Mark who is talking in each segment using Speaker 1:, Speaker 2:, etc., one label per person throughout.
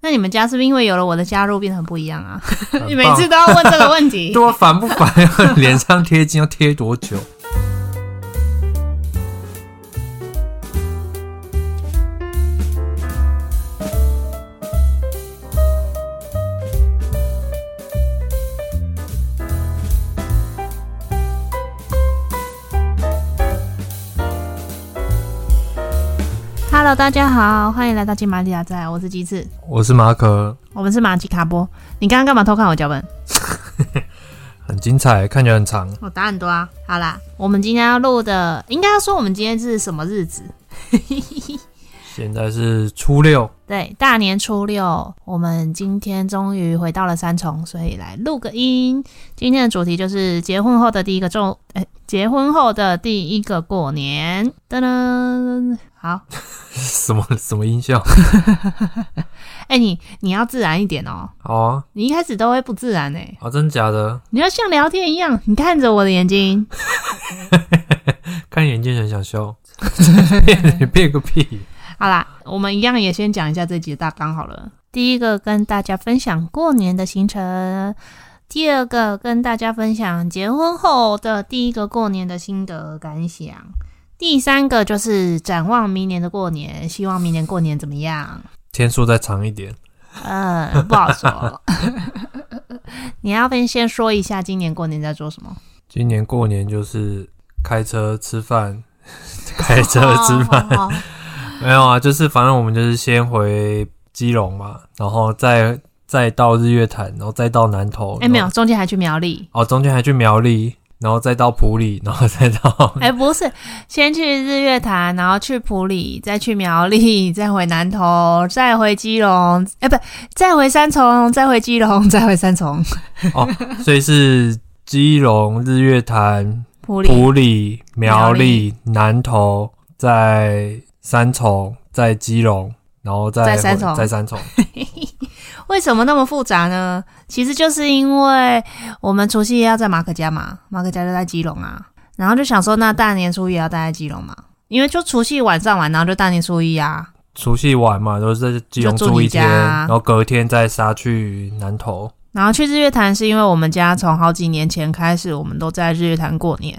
Speaker 1: 那你们家是不是因为有了我的加入变得很不一样啊？
Speaker 2: 很 棒
Speaker 1: 你每次都要问这个问题。
Speaker 2: 对啊，烦不烦？脸上贴金要贴多久？
Speaker 1: Hello，大家好，欢迎来到金马里亚在，我是鸡翅，
Speaker 2: 我是马可，
Speaker 1: 我们是马吉卡波。你刚刚干嘛偷看我脚本？
Speaker 2: 很精彩，看起来很长。
Speaker 1: 我答很多啊。好啦，我们今天要录的，应该要说我们今天是什么日子？
Speaker 2: 现在是初六，
Speaker 1: 对，大年初六，我们今天终于回到了三重，所以来录个音。今天的主题就是结婚后的第一个周，哎，结婚后的第一个过年。噔噔，好，
Speaker 2: 什么什么音效？
Speaker 1: 哎，你你要自然一点哦，
Speaker 2: 好啊，
Speaker 1: 你一开始都会不自然哎、
Speaker 2: 啊，真假的？
Speaker 1: 你要像聊天一样，你看着我的眼睛，
Speaker 2: 看眼睛很想笑， 骗你骗个屁！
Speaker 1: 好啦，我们一样也先讲一下这集的大纲好了。第一个跟大家分享过年的行程，第二个跟大家分享结婚后的第一个过年的心得感想，第三个就是展望明年的过年，希望明年过年怎么样？
Speaker 2: 天数再长一点，
Speaker 1: 嗯，不好说。 你要不要先说一下今年过年在做什么？
Speaker 2: 今年过年就是开车吃饭， 开车吃饭。
Speaker 1: 哦
Speaker 2: 没有啊，就是反正我们就是先回基隆嘛，然后再再到日月潭，然后再到南投。
Speaker 1: 哎、没有，
Speaker 2: 然后
Speaker 1: 中间还去苗栗。
Speaker 2: 哦，中间还去苗栗，然后再到埔里，然后再到
Speaker 1: 哎、不是，先去日月潭，然后去普里，再去苗栗，再回南投，再回基隆，哎、不，再回三重，再回基隆，再回三重，
Speaker 2: 所以是基隆、日月潭、
Speaker 1: 普里，
Speaker 2: 埔里、苗
Speaker 1: 苗栗
Speaker 2: 栗、南投，在三重，在基隆，然后再
Speaker 1: 在
Speaker 2: 回
Speaker 1: 三重
Speaker 2: 在三重。
Speaker 1: 为什么那么复杂呢？其实就是因为我们除夕夜要在马可家嘛，马可家就在基隆啊，然后就想说，那大年初一也要待在基隆嘛，因为就除夕晚上玩，然后就大年初一啊，
Speaker 2: 除夕晚嘛，都是在基隆
Speaker 1: 就住
Speaker 2: 住一
Speaker 1: 你家
Speaker 2: 天，然后隔天再杀去南投。
Speaker 1: 然后去日月潭是因为我们家从好几年前开始，我们都在日月潭过年。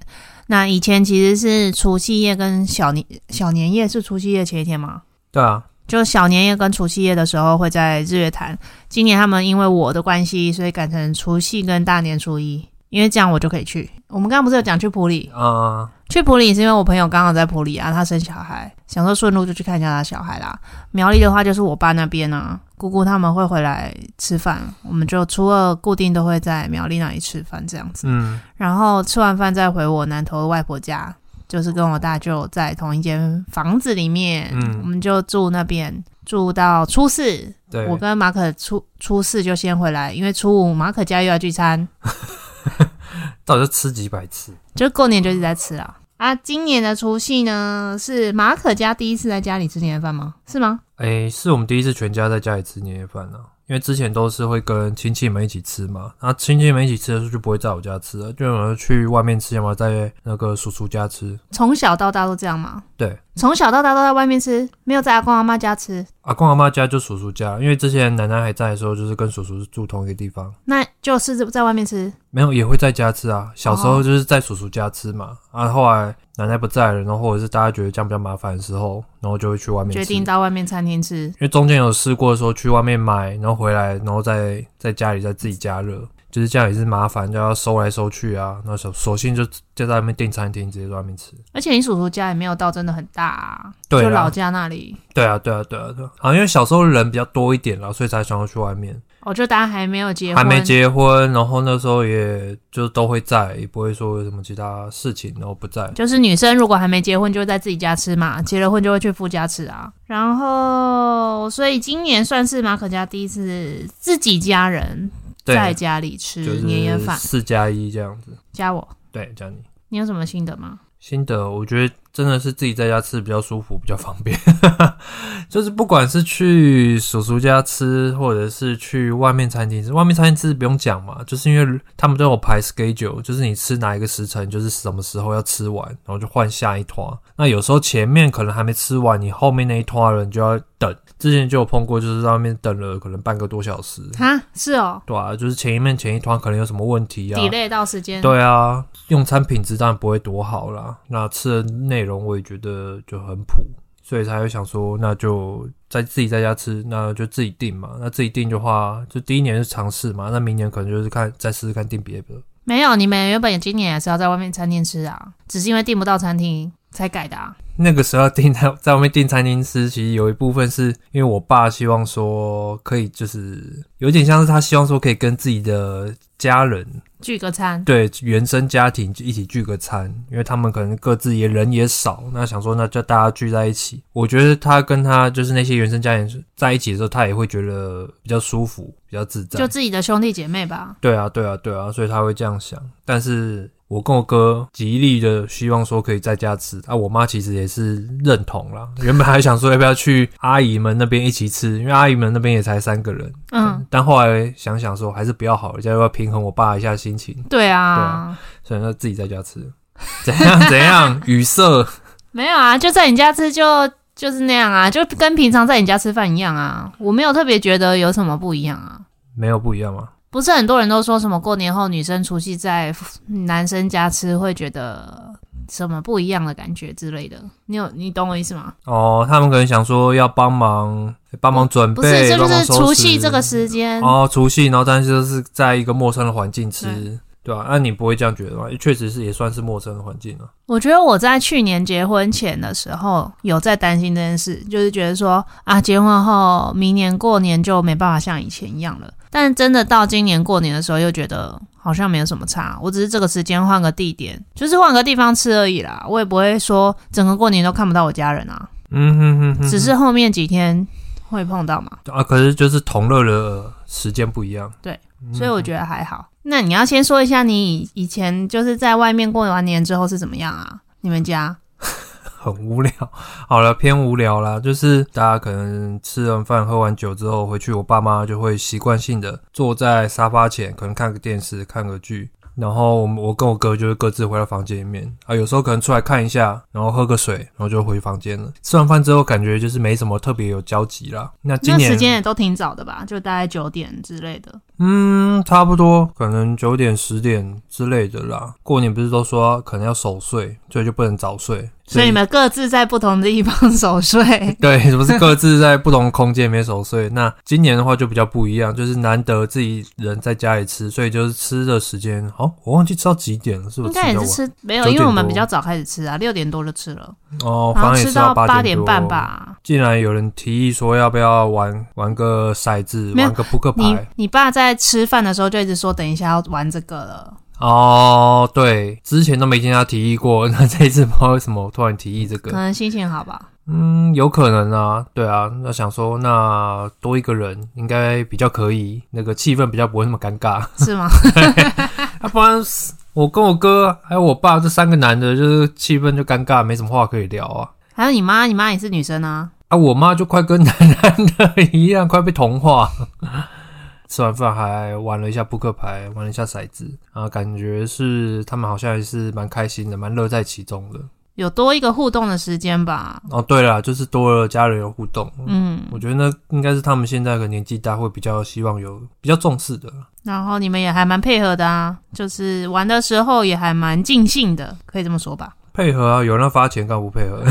Speaker 1: 那以前其实是除夕夜跟小年小年夜是除夕夜前一天嘛，
Speaker 2: 对啊，
Speaker 1: 就小年夜跟除夕夜的时候会在日月潭。今年他们因为我的关系，所以改成除夕跟大年初一，因为这样我就可以去。我们刚刚不是有讲去普里？
Speaker 2: 啊、
Speaker 1: 去普里是因为我朋友刚好在普里啊，他生小孩，想说顺路就去看一下他小孩啦。苗栗的话就是我爸那边啊，姑姑他们会回来吃饭，我们就初二固定都会在苗栗那里吃饭这样子，
Speaker 2: 嗯，
Speaker 1: 然后吃完饭再回我南头的外婆家，就是跟我大舅在同一间房子里面，
Speaker 2: 嗯
Speaker 1: 我们就住那边。住到初四，
Speaker 2: 对，
Speaker 1: 我跟马可初初四就先回来，因为初五马可家又要聚餐，
Speaker 2: 到底是吃几百次？
Speaker 1: 就过年就一直在吃啦。啊，今年的除夕呢，是马可家第一次在家里吃年夜饭吗？是吗？
Speaker 2: 诶，哎是我们第一次全家在家里吃年夜饭啊，因为之前都是会跟亲戚们一起吃嘛，那亲戚们一起吃的时候就不会在我家吃了，就有人去外面吃，要么在那个叔叔家吃。
Speaker 1: 从小到大都这样吗？
Speaker 2: 对，
Speaker 1: 从小到大都在外面吃，没有在阿公阿妈家吃，
Speaker 2: 阿公阿妈家就叔叔家，因为之前奶奶还在的时候，就是跟叔叔住同一个地方，
Speaker 1: 那就是在外面吃。
Speaker 2: 没有也会在家吃啊。小时
Speaker 1: 哦
Speaker 2: 候就是在叔叔家吃嘛，啊，后来奶奶不在了，然后或者是大家觉得这样比较麻烦的时候，然后就会去外面吃。
Speaker 1: 决定到外面餐厅吃。
Speaker 2: 因为中间有试过说去外面买，然后回来，然后再在家里再自己加热，就是这样也是麻烦，就要收来收去啊。那索索性就就在外面订餐厅，直接在外面吃。
Speaker 1: 而且你叔叔家也没有到真的很大、啊，
Speaker 2: 对啊
Speaker 1: 就老家那里，
Speaker 2: 对啊，对啊，对啊，对啊。啊，因为小时候人比较多一点啦，所以才想要去外面。
Speaker 1: 我哦就大家还没有结婚，
Speaker 2: 还没结婚，然后那时候也就都会在，也不会说有什么其他事情，然后不在。
Speaker 1: 就是女生如果还没结婚，就会在自己家吃嘛；结了婚就会去夫家吃啊。然后，所以今年算是马可家第一次自己家人
Speaker 2: 对，
Speaker 1: 在家里吃
Speaker 2: 就是
Speaker 1: 年夜饭，
Speaker 2: 四加一这样子。
Speaker 1: 加我。
Speaker 2: 对，这样你
Speaker 1: 你有什么心得吗？
Speaker 2: 心得，我觉得真的是自己在家吃比较舒服，比较方便。 就是不管是去叔叔家吃，或者是去外面餐厅吃，外面餐厅吃不用讲嘛，就是因为他们都有排 schedule，就是你吃哪一个时辰，就是什么时候要吃完，然后就换下一团。那有时候前面可能还没吃完，你后面那一团人就要等。之前就有碰过，就是在外面等了可能半个多小时。
Speaker 1: 哈，是哦
Speaker 2: 对啊，就是前一面前一团可能有什么问题啊？
Speaker 1: ，delay 到时间，
Speaker 2: 对啊，用餐品质当然不会多好啦。那吃的内容我也觉得就很普，所以才会想说，那就在自己在家吃，那就自己定嘛。那自己定的话，就第一年是尝试嘛，那明年可能就是看再试试看定别的。
Speaker 1: 没有，你们原本也今年也是要在外面餐厅吃啊，只是因为订不到餐厅才改的啊。
Speaker 2: 那个时候订在在外面订餐厅吃，其实有一部分是因为我爸希望说可以，就是有点像是他希望说可以跟自己的家人
Speaker 1: 聚个餐，
Speaker 2: 对原生家庭一起聚个餐，因为他们可能各自也人也少，那想说那就大家聚在一起。我觉得他跟他就是那些原生家庭在一起的时候，他也会觉得比较舒服，比较自在
Speaker 1: 就。自己的兄弟姐妹吧。
Speaker 2: 对啊，对啊，对啊，所以他会这样想。但是我跟我哥极力的希望说可以在家吃，啊，我妈其实也是认同啦。原本还想说要不要去阿姨们那边一起吃，因为阿姨们那边也才三个人。
Speaker 1: 嗯，
Speaker 2: 但后来想想说还是不要好了，要要平衡我爸一下心情。
Speaker 1: 对
Speaker 2: 对
Speaker 1: 啊
Speaker 2: 啊，所以他自己在家吃， 怎样怎样语塞。
Speaker 1: 没有啊，就在你家吃就就是那样啊，就跟平常在你家吃饭一样啊。我没有特别觉得有什么不一样啊。
Speaker 2: 没有不一样吗？
Speaker 1: 不是很多人都说什么过年后女生除夕在男生家吃会觉得什么不一样的感觉之类的，你有你懂我意思吗？
Speaker 2: 哦，他们可能想说要帮忙欸帮忙准
Speaker 1: 不是，
Speaker 2: 备，
Speaker 1: 这就
Speaker 2: 帮忙
Speaker 1: 是
Speaker 2: 收
Speaker 1: 除
Speaker 2: 拾
Speaker 1: 夕这个时间，
Speaker 2: 哦，除夕，然后但是就是在一个陌生的环境吃，对吧、啊？那、你不会这样觉得吗？确实是也算是陌生的环境啊了、
Speaker 1: 我觉得我在去年结婚前的时候有在担心这件事，就是觉得说啊，结婚后明年过年就没办法像以前一样了。但真的到今年过年的时候，又觉得好像没有什么差，我只是这个时间换个地点，就是换个地方吃而已啦。我也不会说整个过年都看不到我家人啊，
Speaker 2: 嗯哼哼哼，
Speaker 1: 只是后面几天会碰到嘛，
Speaker 2: 啊，可是就是同乐的呃时间不一样，
Speaker 1: 对
Speaker 2: 嗯，
Speaker 1: 所以我觉得还好。那你要先说一下你以以前就是在外面过完年之后是怎么样啊？你们家？
Speaker 2: 很无聊。 好了，偏无聊啦，就是大家可能吃完饭、喝完酒之后回去，我爸妈就会习惯性的坐在沙发前，可能看个电视、看个剧。然后我们我跟我哥就会各自回到房间里面啊，有时候可能出来看一下，然后喝个水，然后就回房间了。吃完饭之后，感觉就是没什么特别有交集啦。那今
Speaker 1: 那
Speaker 2: 年
Speaker 1: 时间也都挺早的吧，就大概九点之类的。
Speaker 2: 嗯，差不多，可能九点、十点之类的啦。过年不是都说啊可能要守岁，所以就不能早睡。
Speaker 1: 所以你们各自在不同的地方守岁，
Speaker 2: 对，不是各自在不同空间里面守岁。那今年的话就比较不一样，就是难得自己人在家里吃，所以就是吃的时间，哦，我忘记吃到几点了，是不
Speaker 1: 应
Speaker 2: 是吃
Speaker 1: 该也
Speaker 2: 比较
Speaker 1: 是
Speaker 2: 晚？
Speaker 1: 吃没有，
Speaker 2: 9
Speaker 1: 因为我
Speaker 2: 点
Speaker 1: 们
Speaker 2: 多
Speaker 1: 比较早开始吃啊，六点多就吃了，
Speaker 2: 哦，
Speaker 1: 然
Speaker 2: 反
Speaker 1: 后
Speaker 2: 正也
Speaker 1: 吃
Speaker 2: 是要
Speaker 1: 到八
Speaker 2: 点
Speaker 1: 点
Speaker 2: 多
Speaker 1: 半。吧。
Speaker 2: 竟然有人提议说要不要玩玩个骰子，
Speaker 1: 没有
Speaker 2: 玩个扑克
Speaker 1: 你
Speaker 2: 牌。
Speaker 1: 你爸在吃饭的时候就一直说等一下要玩这个了，
Speaker 2: 哦，对，之前都没听他提议过， 那这一次不知道为什么突然提议这个
Speaker 1: 可。能心情好吧。
Speaker 2: 嗯，有可能啊，对啊，那想说那多一个人应该比较可以，那个气氛比较不会那么尴尬。
Speaker 1: 是吗？
Speaker 2: 啊，不然我跟我哥还有我爸这三个男的，就是气氛就尴尬，没什么话可以聊啊。
Speaker 1: 还有你妈，你妈也是女生啊，
Speaker 2: 啊，我妈就快跟男男的一样，快被同化。 吃完饭还玩了一下扑克牌，玩了一下骰子啊，感觉是他们好像还是蛮开心的，蛮乐在其中的。
Speaker 1: 有多一个互动的时间吧。
Speaker 2: 哦，对了，就是多了家人有互动，
Speaker 1: 嗯，
Speaker 2: 我觉得那应该是他们现在的年纪大，会比较希望有比较重视的。
Speaker 1: 然后你们也还蛮配合的啊，就是玩的时候也还蛮尽兴的，可以这么说 吧。
Speaker 2: 配合啊，有人要发钱干嘛不配合？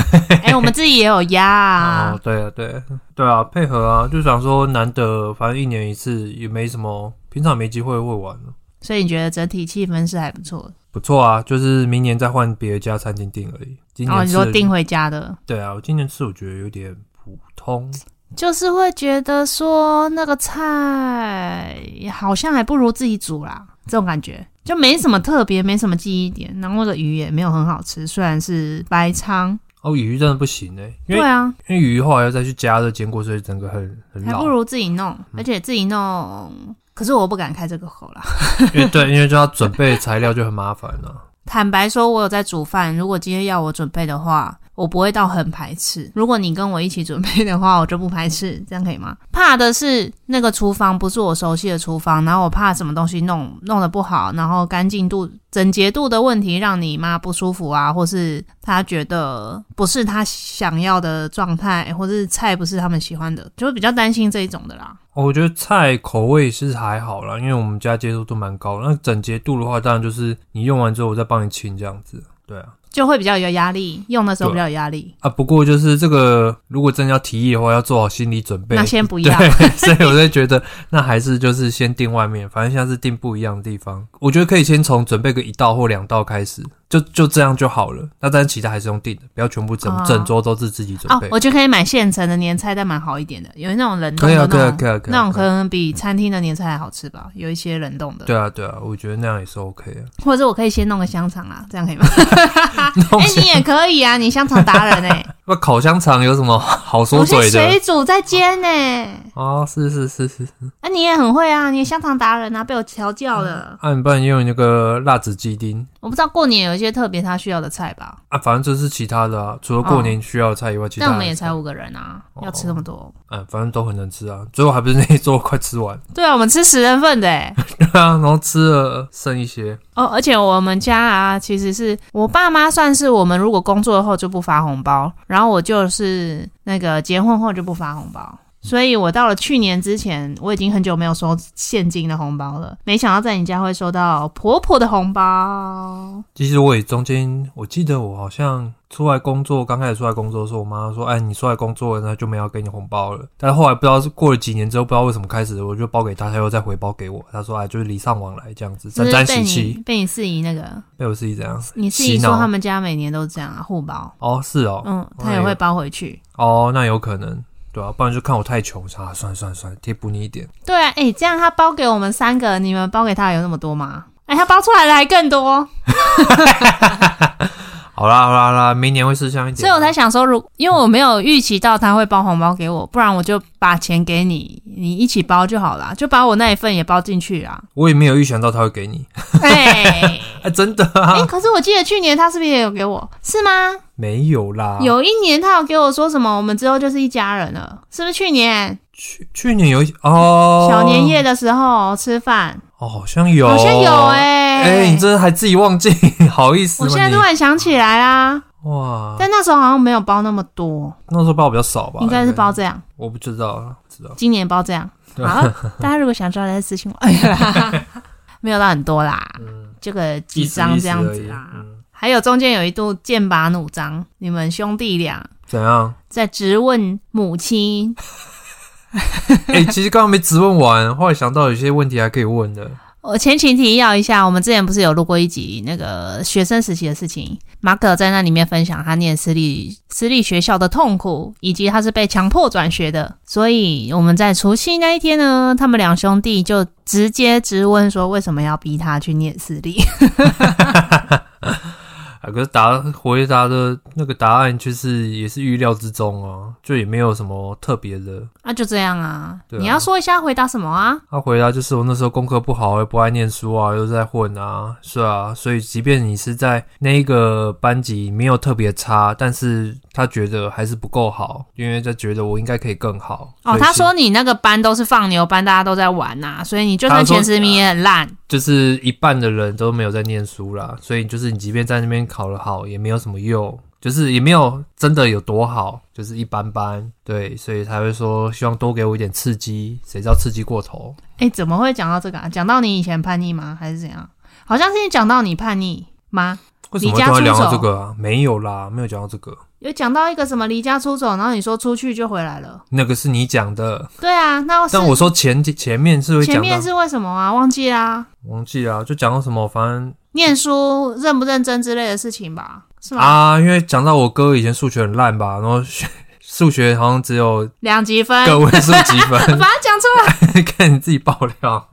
Speaker 1: 哎、我们自己也有压啊，
Speaker 2: 哦，对啊，对啊对啊，配合啊，就想说难得，反正一年一次也没什么，平常没机会会玩了
Speaker 1: 所以你觉得整体气氛是还不错的。
Speaker 2: 不错啊，就是明年再换别的家餐厅订而已。今
Speaker 1: 然后哦
Speaker 2: 年
Speaker 1: 你
Speaker 2: 吃
Speaker 1: 说
Speaker 2: 的
Speaker 1: 订回家的，
Speaker 2: 对啊，我今年吃我觉得有点普通，
Speaker 1: 就是会觉得说那个菜好像还不如自己煮啦，这种感觉就没什么特别，没什么记忆点。然后那个鱼也没有很好吃，虽然是白鲳，
Speaker 2: 哦，鱼真的不行哎、因
Speaker 1: 对
Speaker 2: 为
Speaker 1: 啊，
Speaker 2: 因为鱼后来要再去加热煎过，所以整个很很
Speaker 1: 还
Speaker 2: 老嗯
Speaker 1: 不。如自己弄，而且自己弄，可是我不敢开这个口啦。
Speaker 2: 因为对，因为就要准备材料就很麻烦了、啊
Speaker 1: 坦白说，我有在煮饭。如果今天要我准备的话，我不会到很排斥。如果你跟我一起准备的话，我就不排斥，这样可以吗？怕的是那个厨房不是我熟悉的厨房，然后我怕什么东西弄弄得不好，然后干净度、整洁度的问题让你妈不舒服啊，或是她觉得不是她想要的状态，或是菜不是他们喜欢的，就会比较担心这一种的啦。
Speaker 2: 哦我觉得菜口味是还好啦，因为我们家接受度蛮高。那整洁度的话，当然就是你用完之后我再帮你清这样子。对啊，
Speaker 1: 就会比较有压力，用的时候比较有压力。
Speaker 2: 啊，不过就是这个，如果真的要提议的话，要做好心理准备。
Speaker 1: 那先不 要，
Speaker 2: 对，所以我就觉得，那还是就是先订外面，反正下次订不一样的地方。我觉得可以先从准备个一道或两道开始，就就这样就好了。那但是其他还是用订的，不要全部整、
Speaker 1: 哦
Speaker 2: 整桌都是自己准
Speaker 1: 哦
Speaker 2: 备。，
Speaker 1: 我就可以买现成的年菜，但蛮好一点的，有那种冷冻
Speaker 2: 可以
Speaker 1: 的
Speaker 2: 啊，
Speaker 1: 那
Speaker 2: 可以啊，
Speaker 1: 种，
Speaker 2: 可以啊，可以
Speaker 1: 那
Speaker 2: 啊
Speaker 1: 种可
Speaker 2: 可以啊。
Speaker 1: 能比餐厅的年菜还好吃吧，有一些冷冻的，
Speaker 2: 对啊，对啊，我觉得那样也是 OK 啊的。
Speaker 1: 或者我可以先弄个香肠啊，这样可以 吗？
Speaker 2: 弄
Speaker 1: 哎、你也可以啊，你香肠达人 哎、
Speaker 2: 那烤香肠有什么好说
Speaker 1: 我是
Speaker 2: 嘴的？
Speaker 1: 水煮再煎呢、
Speaker 2: 哦，是是是是，
Speaker 1: 啊，你也很会啊，你香肠达人啊，被我调教了。
Speaker 2: 啊，你不然用那个辣子鸡丁
Speaker 1: 我不知道过年有一些特别他需要的菜吧，
Speaker 2: 啊，反正这是其他的啊，除了过年需要的菜以外，其
Speaker 1: 哦
Speaker 2: 他
Speaker 1: 但我们也
Speaker 2: 的
Speaker 1: 才五个人啊，要吃那么多。
Speaker 2: 嗯，反正都很能吃啊，最后还不是那一桌快吃完，
Speaker 1: 对啊，我们吃十人份的哎、
Speaker 2: 对啊，然后吃了剩一些，
Speaker 1: 哦，而且我们家啊，其实是我爸妈算是我们如果工作后就不发红包，然后我就是那个结婚后就不发红包，所以我到了去年之前，我已经很久没有收现金的红包了。没想到在你家会收到婆婆的红包，
Speaker 2: 其实我也中间，我记得我好像出来工作，刚开始出来工作的时候，我妈说：“哎，你出来工作了，那就没有要给你红包了。”但是后来不知道是过了几年之后，不知道为什么开始，我就包给她，她又再回包给我。她说：“哎，就是礼尚往来这样子，
Speaker 1: 是
Speaker 2: 沾
Speaker 1: 不
Speaker 2: 沾
Speaker 1: 是被
Speaker 2: 喜
Speaker 1: 你
Speaker 2: 气。
Speaker 1: 被你四姨那个，”
Speaker 2: 被我自己怎样？
Speaker 1: 你四姨
Speaker 2: 洗
Speaker 1: 说
Speaker 2: 脑
Speaker 1: 他们家每年都这样啊，互包，
Speaker 2: 哦，是哦，
Speaker 1: 嗯，她
Speaker 2: 哎
Speaker 1: 也
Speaker 2: 呦
Speaker 1: 会包回去。
Speaker 2: 哦，那有可能，对啊，不然就看我太穷，啊，算了算了算了，贴补你一点。
Speaker 1: 对啊，哎、这样她包给我们三个，你们包给她有那么多吗？哎、她包出来的还更多。
Speaker 2: 好啦好啦好啦，明年会事项一点。啊
Speaker 1: 所以我才想说，如因为我没有预期到他会包红包给我，不然我就把钱给你，你一起包就好啦，就把我那一份也包进去啦。
Speaker 2: 我也没有预想到他会给你，
Speaker 1: 哎、 哎，
Speaker 2: 哎、真的 啊，
Speaker 1: 可是我记得去年他是不是也有给我？是吗？
Speaker 2: 没有啦。
Speaker 1: 有一年他有给我说什么，我们之后就是一家人了，是不是去年、
Speaker 2: 去去年有一哦，
Speaker 1: 小年夜的时候吃饭？
Speaker 2: 哦，好像有，
Speaker 1: 好像有
Speaker 2: 哎、
Speaker 1: 哎、
Speaker 2: 你这还自己忘记， 好意思
Speaker 1: 我
Speaker 2: 吗你？
Speaker 1: 现在突然想起来啦，
Speaker 2: 哇，
Speaker 1: 但那时候好像没有包那么多，
Speaker 2: 那时候包比较少吧，
Speaker 1: 应该是包，这样，
Speaker 2: 我不知道了，不知道。
Speaker 1: 今年包这样。
Speaker 2: 对
Speaker 1: 好，大家如果想知道，再私信我。哎 没有到很多啦，
Speaker 2: 嗯
Speaker 1: 这个几张这样子啦
Speaker 2: 意。思意思而已嗯
Speaker 1: 还有中间有一度剑拔弩张，你们兄弟俩
Speaker 2: 怎样？
Speaker 1: 在质问母亲。
Speaker 2: 哎、其实刚刚没质问完，后来想到有些问题还可以问的。
Speaker 1: 我前情提要一下，我们之前不是有录过一集那个学生时期的事情，马可在那里面分享他念私立私立学校的痛苦，以及他是被强迫转学的。所以我们在除夕那一天呢，他们两兄弟就直接质问说，为什么要逼他去念私立？
Speaker 2: 啊，可是答回答的那个答案就是也是预料之中啊，就也没有什么特别的。
Speaker 1: 那就这样啊。
Speaker 2: 对啊
Speaker 1: 你要说一下回答什么啊？
Speaker 2: 他、回答就是我那时候功课不好，也不爱念书啊，又在混啊，是啊，所以即便你是在那一个班级没有特别差，但是他觉得还是不够好，因为他觉得我应该可以更好。
Speaker 1: 哦
Speaker 2: 所，以
Speaker 1: 他
Speaker 2: 是
Speaker 1: 说你那个班都是放牛班，大家都在玩呐、所以你就算
Speaker 2: 他说
Speaker 1: 前十名也很烂。
Speaker 2: 就是一半的人都没有在念书啦，所以就是你即便在那边考得好，也没有什么用，就是也没有真的有多好，就是一般般。对，所以才会说希望多给我一点刺激，谁知道刺激过头。
Speaker 1: 哎、怎么会讲到这个啊？讲到你以前叛逆吗？还是怎样？好像是讲到你叛逆吗？
Speaker 2: 为什么
Speaker 1: 离家
Speaker 2: 突然聊到
Speaker 1: 出走
Speaker 2: 这个啊？没有啦，没有讲到这个，
Speaker 1: 有讲到一个什么离家出走，然后你说出去就回来了。
Speaker 2: 那个是你讲的，
Speaker 1: 对啊，那是
Speaker 2: 但我说前前面是会
Speaker 1: 前
Speaker 2: 讲
Speaker 1: 面
Speaker 2: 到，
Speaker 1: 是为什么啊？忘记啦、
Speaker 2: 忘记啦，就讲到什么，反正
Speaker 1: 念书认不认真之类的事情吧，是吗？
Speaker 2: 啊，因为讲到我哥以前数学很烂吧，然后学数学好像只有
Speaker 1: 两级分，
Speaker 2: 个位数几 分，
Speaker 1: 把它讲出来，
Speaker 2: 看你自己爆料，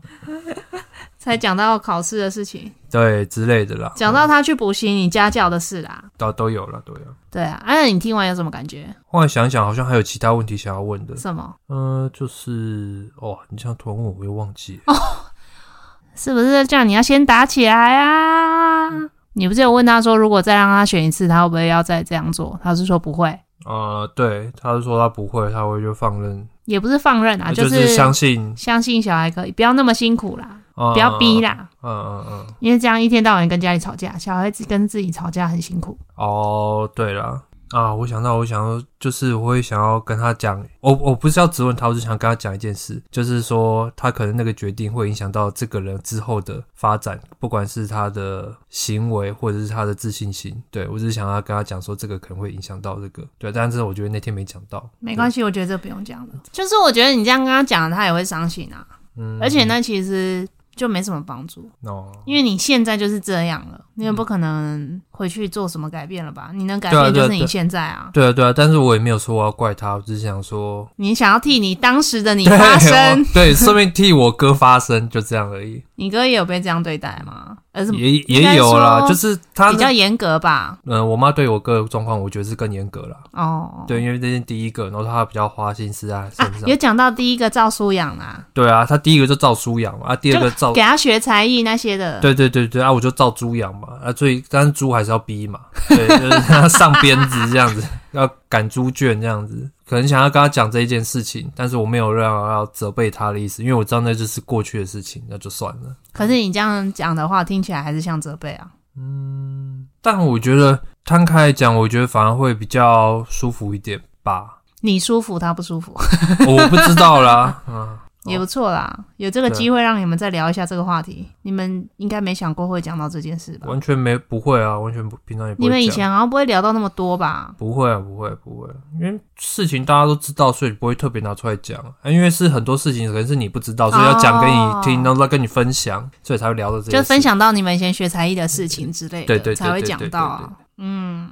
Speaker 1: 才讲到考试的事情，
Speaker 2: 对之类的啦。
Speaker 1: 讲到他去补习你家教的事啦。
Speaker 2: 都都有了，都有。
Speaker 1: 对啊，哎、你听完有什么感觉？
Speaker 2: 后来想一想，好像还有其他问题想要问的。
Speaker 1: 什么？
Speaker 2: 嗯、就是哦，你这样突然问我，我又忘记了。
Speaker 1: 是不是叫你要先打起来啊？你不是有问他说，如果再让他选一次，他会不会要再这样做？他是说不会，
Speaker 2: 呃，对，他是说他不会，他会就放任，呃
Speaker 1: 也不是放任啊，
Speaker 2: 就是相信，
Speaker 1: 相信小孩可以，不要那么辛苦啦，
Speaker 2: 不
Speaker 1: 不要逼，啦，
Speaker 2: 嗯嗯嗯嗯，
Speaker 1: 因为这样一天到晚跟家里吵架，小孩子跟自己吵架很辛苦。
Speaker 2: 哦，对了。啊，我想到，我想要，就是我会想要跟他讲，我我不是要质问他，我就想跟他讲一件事，就是说他可能那个决定会影响到这个人之后的发展，不管是他的行为或者是他的自信心。对我只是想要跟他讲说，这个可能会影响到这个，对，但是我觉得那天没讲到，
Speaker 1: 没关系，我觉得这不用讲了。嗯就是我觉得你这样跟他讲，他也会伤心啊，
Speaker 2: 嗯，
Speaker 1: 而且呢，其实就没什么帮助。
Speaker 2: 哦，
Speaker 1: 因为你现在就是这样了，你也不可能回去做什么改变了吧？你能改
Speaker 2: 对啊
Speaker 1: 变
Speaker 2: 对
Speaker 1: 就
Speaker 2: 啊
Speaker 1: 是你
Speaker 2: 对
Speaker 1: 现在啊。
Speaker 2: 对啊对啊，但是我也没有说我要怪他，我只是想说，
Speaker 1: 你想要替你当时的你
Speaker 2: 对
Speaker 1: 发
Speaker 2: 我
Speaker 1: 声，
Speaker 2: 对，顺便替我哥发声，就这样而已，
Speaker 1: 你哥也有被这样对待吗？而是
Speaker 2: 也
Speaker 1: 应该
Speaker 2: 也有啦，
Speaker 1: 说
Speaker 2: 就是他
Speaker 1: 比较严格吧？
Speaker 2: 嗯、我妈对我哥的状况，我觉得是更严格啦。
Speaker 1: 哦，
Speaker 2: 对，因为这是第一个，然后她比较花心思在她
Speaker 1: 啊
Speaker 2: 身，上。
Speaker 1: 有讲到第一个照书养啦，
Speaker 2: 对啊，她第一个就照猪养嘛，啊，第二个照
Speaker 1: 给，他学才艺那些的。
Speaker 2: 对对对对啊，我就照猪养嘛，啊，所以但是猪还是要逼嘛，对，就是她上鞭子这样子， 要赶猪圈这样子。可能想要跟她讲这一件事情，但是我没有让要责备她的意思，因为我知道那就是过去的事情，那就算了。
Speaker 1: 可是你这样讲的话，听起来还是像责备啊。
Speaker 2: 但我觉得摊开来讲，我觉得反而会比较舒服一点吧。
Speaker 1: 你舒服，他不舒服，
Speaker 2: 哦我不知道啦， 嗯。
Speaker 1: 也不错啦。有这个
Speaker 2: 对啊
Speaker 1: 机会让你们再聊一下这个话题，你们应该没想过会讲到这件事吧？
Speaker 2: 完全没不会啊，完全不平常也不会
Speaker 1: 你们以
Speaker 2: 讲
Speaker 1: 前好像不会聊到那么多吧？
Speaker 2: 不会啊，不会不会，因为事情大家都知道，所以不会特别拿出来讲、啊因为是很多事情可能是你不知道，所以要讲给你听，
Speaker 1: 哦
Speaker 2: 然后再跟你分享，所以才会聊到这些。
Speaker 1: 就分。享到你们以前学才艺的事情之类的，
Speaker 2: 对对对
Speaker 1: 才会
Speaker 2: 对
Speaker 1: 讲
Speaker 2: 对
Speaker 1: 到
Speaker 2: 对
Speaker 1: 啊。嗯，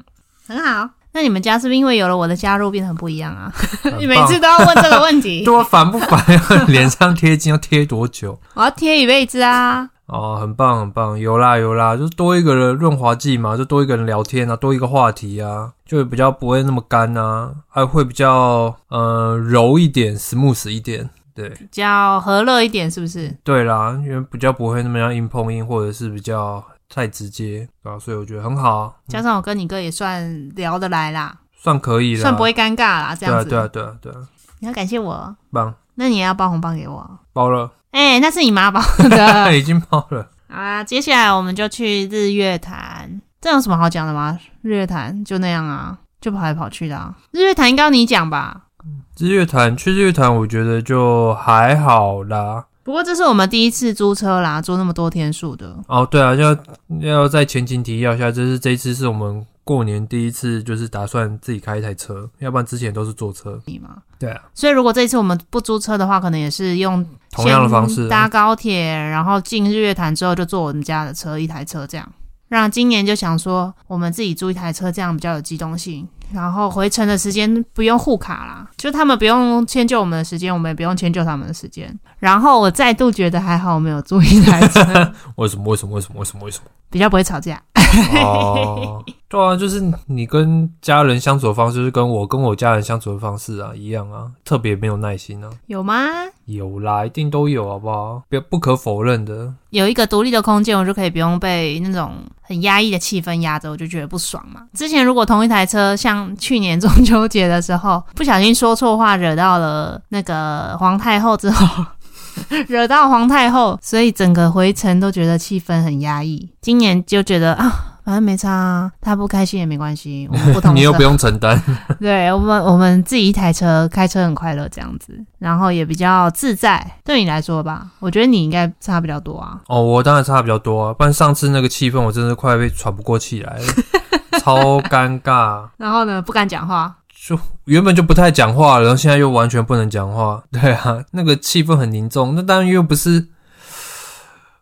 Speaker 1: 很好。那你们家是不是因为有了我的加入变得很不一样啊？
Speaker 2: 很
Speaker 1: 你每
Speaker 2: 棒
Speaker 1: 次都要问这个问题，
Speaker 2: 对啊，烦不烦？ 脸上贴金要贴多久？
Speaker 1: 我要贴一辈子啊！
Speaker 2: 哦，很棒很棒，有啦有啦，就是多一个人润滑剂嘛，就多一个人聊天啊，多一个话题啊，就比较不会那么干啊，还会比较呃柔一点，smooth 一点，对。
Speaker 1: 比较和乐一点，是不是？
Speaker 2: 对啦，因为比较不会那么样硬碰硬，或者是比较太直接，对吧、所以我觉得很好啊，
Speaker 1: 加上我跟你哥也算聊得来啦，
Speaker 2: 算可以啦，
Speaker 1: 算不会尴尬啦，这
Speaker 2: 对
Speaker 1: 样
Speaker 2: 啊，
Speaker 1: 子。
Speaker 2: 对啊，对啊，对啊，
Speaker 1: 你要感谢我，
Speaker 2: 棒，
Speaker 1: 那你也要包红包给我。
Speaker 2: 包了，
Speaker 1: 哎、那是你妈包的。
Speaker 2: 已经包了。
Speaker 1: 好啦，接下来我们就去日月潭，这有什么好讲的吗？日月潭就那样啊，就跑来跑去的、啊。日月潭应该要你讲吧？
Speaker 2: 日月潭去日月潭，我觉得就还好啦。
Speaker 1: 不过这是我们第一次租车啦，租那么多天数的。
Speaker 2: 哦，对啊，要要在前情提要一下，就是这一次是我们过年第一次，就是打算自己开一台车，要不然之前都是坐车。
Speaker 1: 你嘛，
Speaker 2: 对啊，
Speaker 1: 所以如果这一次我们不租车的话，可能也是用
Speaker 2: 同样的方式
Speaker 1: 先
Speaker 2: 啊、
Speaker 1: 搭高铁，然后进日月潭之后就坐我们家的车，一台车这样。让今年就想说，我们自己租一台车，这样比较有机动性。然后回程的时间不用护卡 啦，就他们不用迁就我们的时间，我们也不用迁就他们的时间。然后我再度觉得还好，我们有租一台车，
Speaker 2: 为什么？为什么？为什么？为什么？为什么？
Speaker 1: 比较不会吵架。
Speaker 2: 哦，对啊，就是你跟家人相处的方式，就是跟我跟我家人相处的方式啊一样啊，特别没有耐心啊。
Speaker 1: 有吗？
Speaker 2: 有啦，一定都有，好不好？不不可否认的。
Speaker 1: 有一个独立的空间，我就可以不用被那种很压抑的气氛压着，我就觉得不爽嘛。之前如果同一台车，像去年中秋节的时候，不小心说错话，惹到了那个皇太后之后， 惹到皇太后，所以整个回程都觉得气氛很压抑。今年就觉得啊，反正没差、啊，他不开心也没关系，我们不同
Speaker 2: 你又
Speaker 1: 车
Speaker 2: 不用承担。
Speaker 1: 对我们，我们自己一台车开车很快乐这样子，然后也比较自在。对你来说吧，我觉得你应该差比较多啊。
Speaker 2: 哦，我当然差比较多啊，不然上次那个气氛，我真的快被喘不过气来了，超尴尬。
Speaker 1: 然后呢，不敢讲话。
Speaker 2: 原本就不太讲话了，然后现在又完全不能讲话。 对啊，那个气氛很凝重。那当然又不是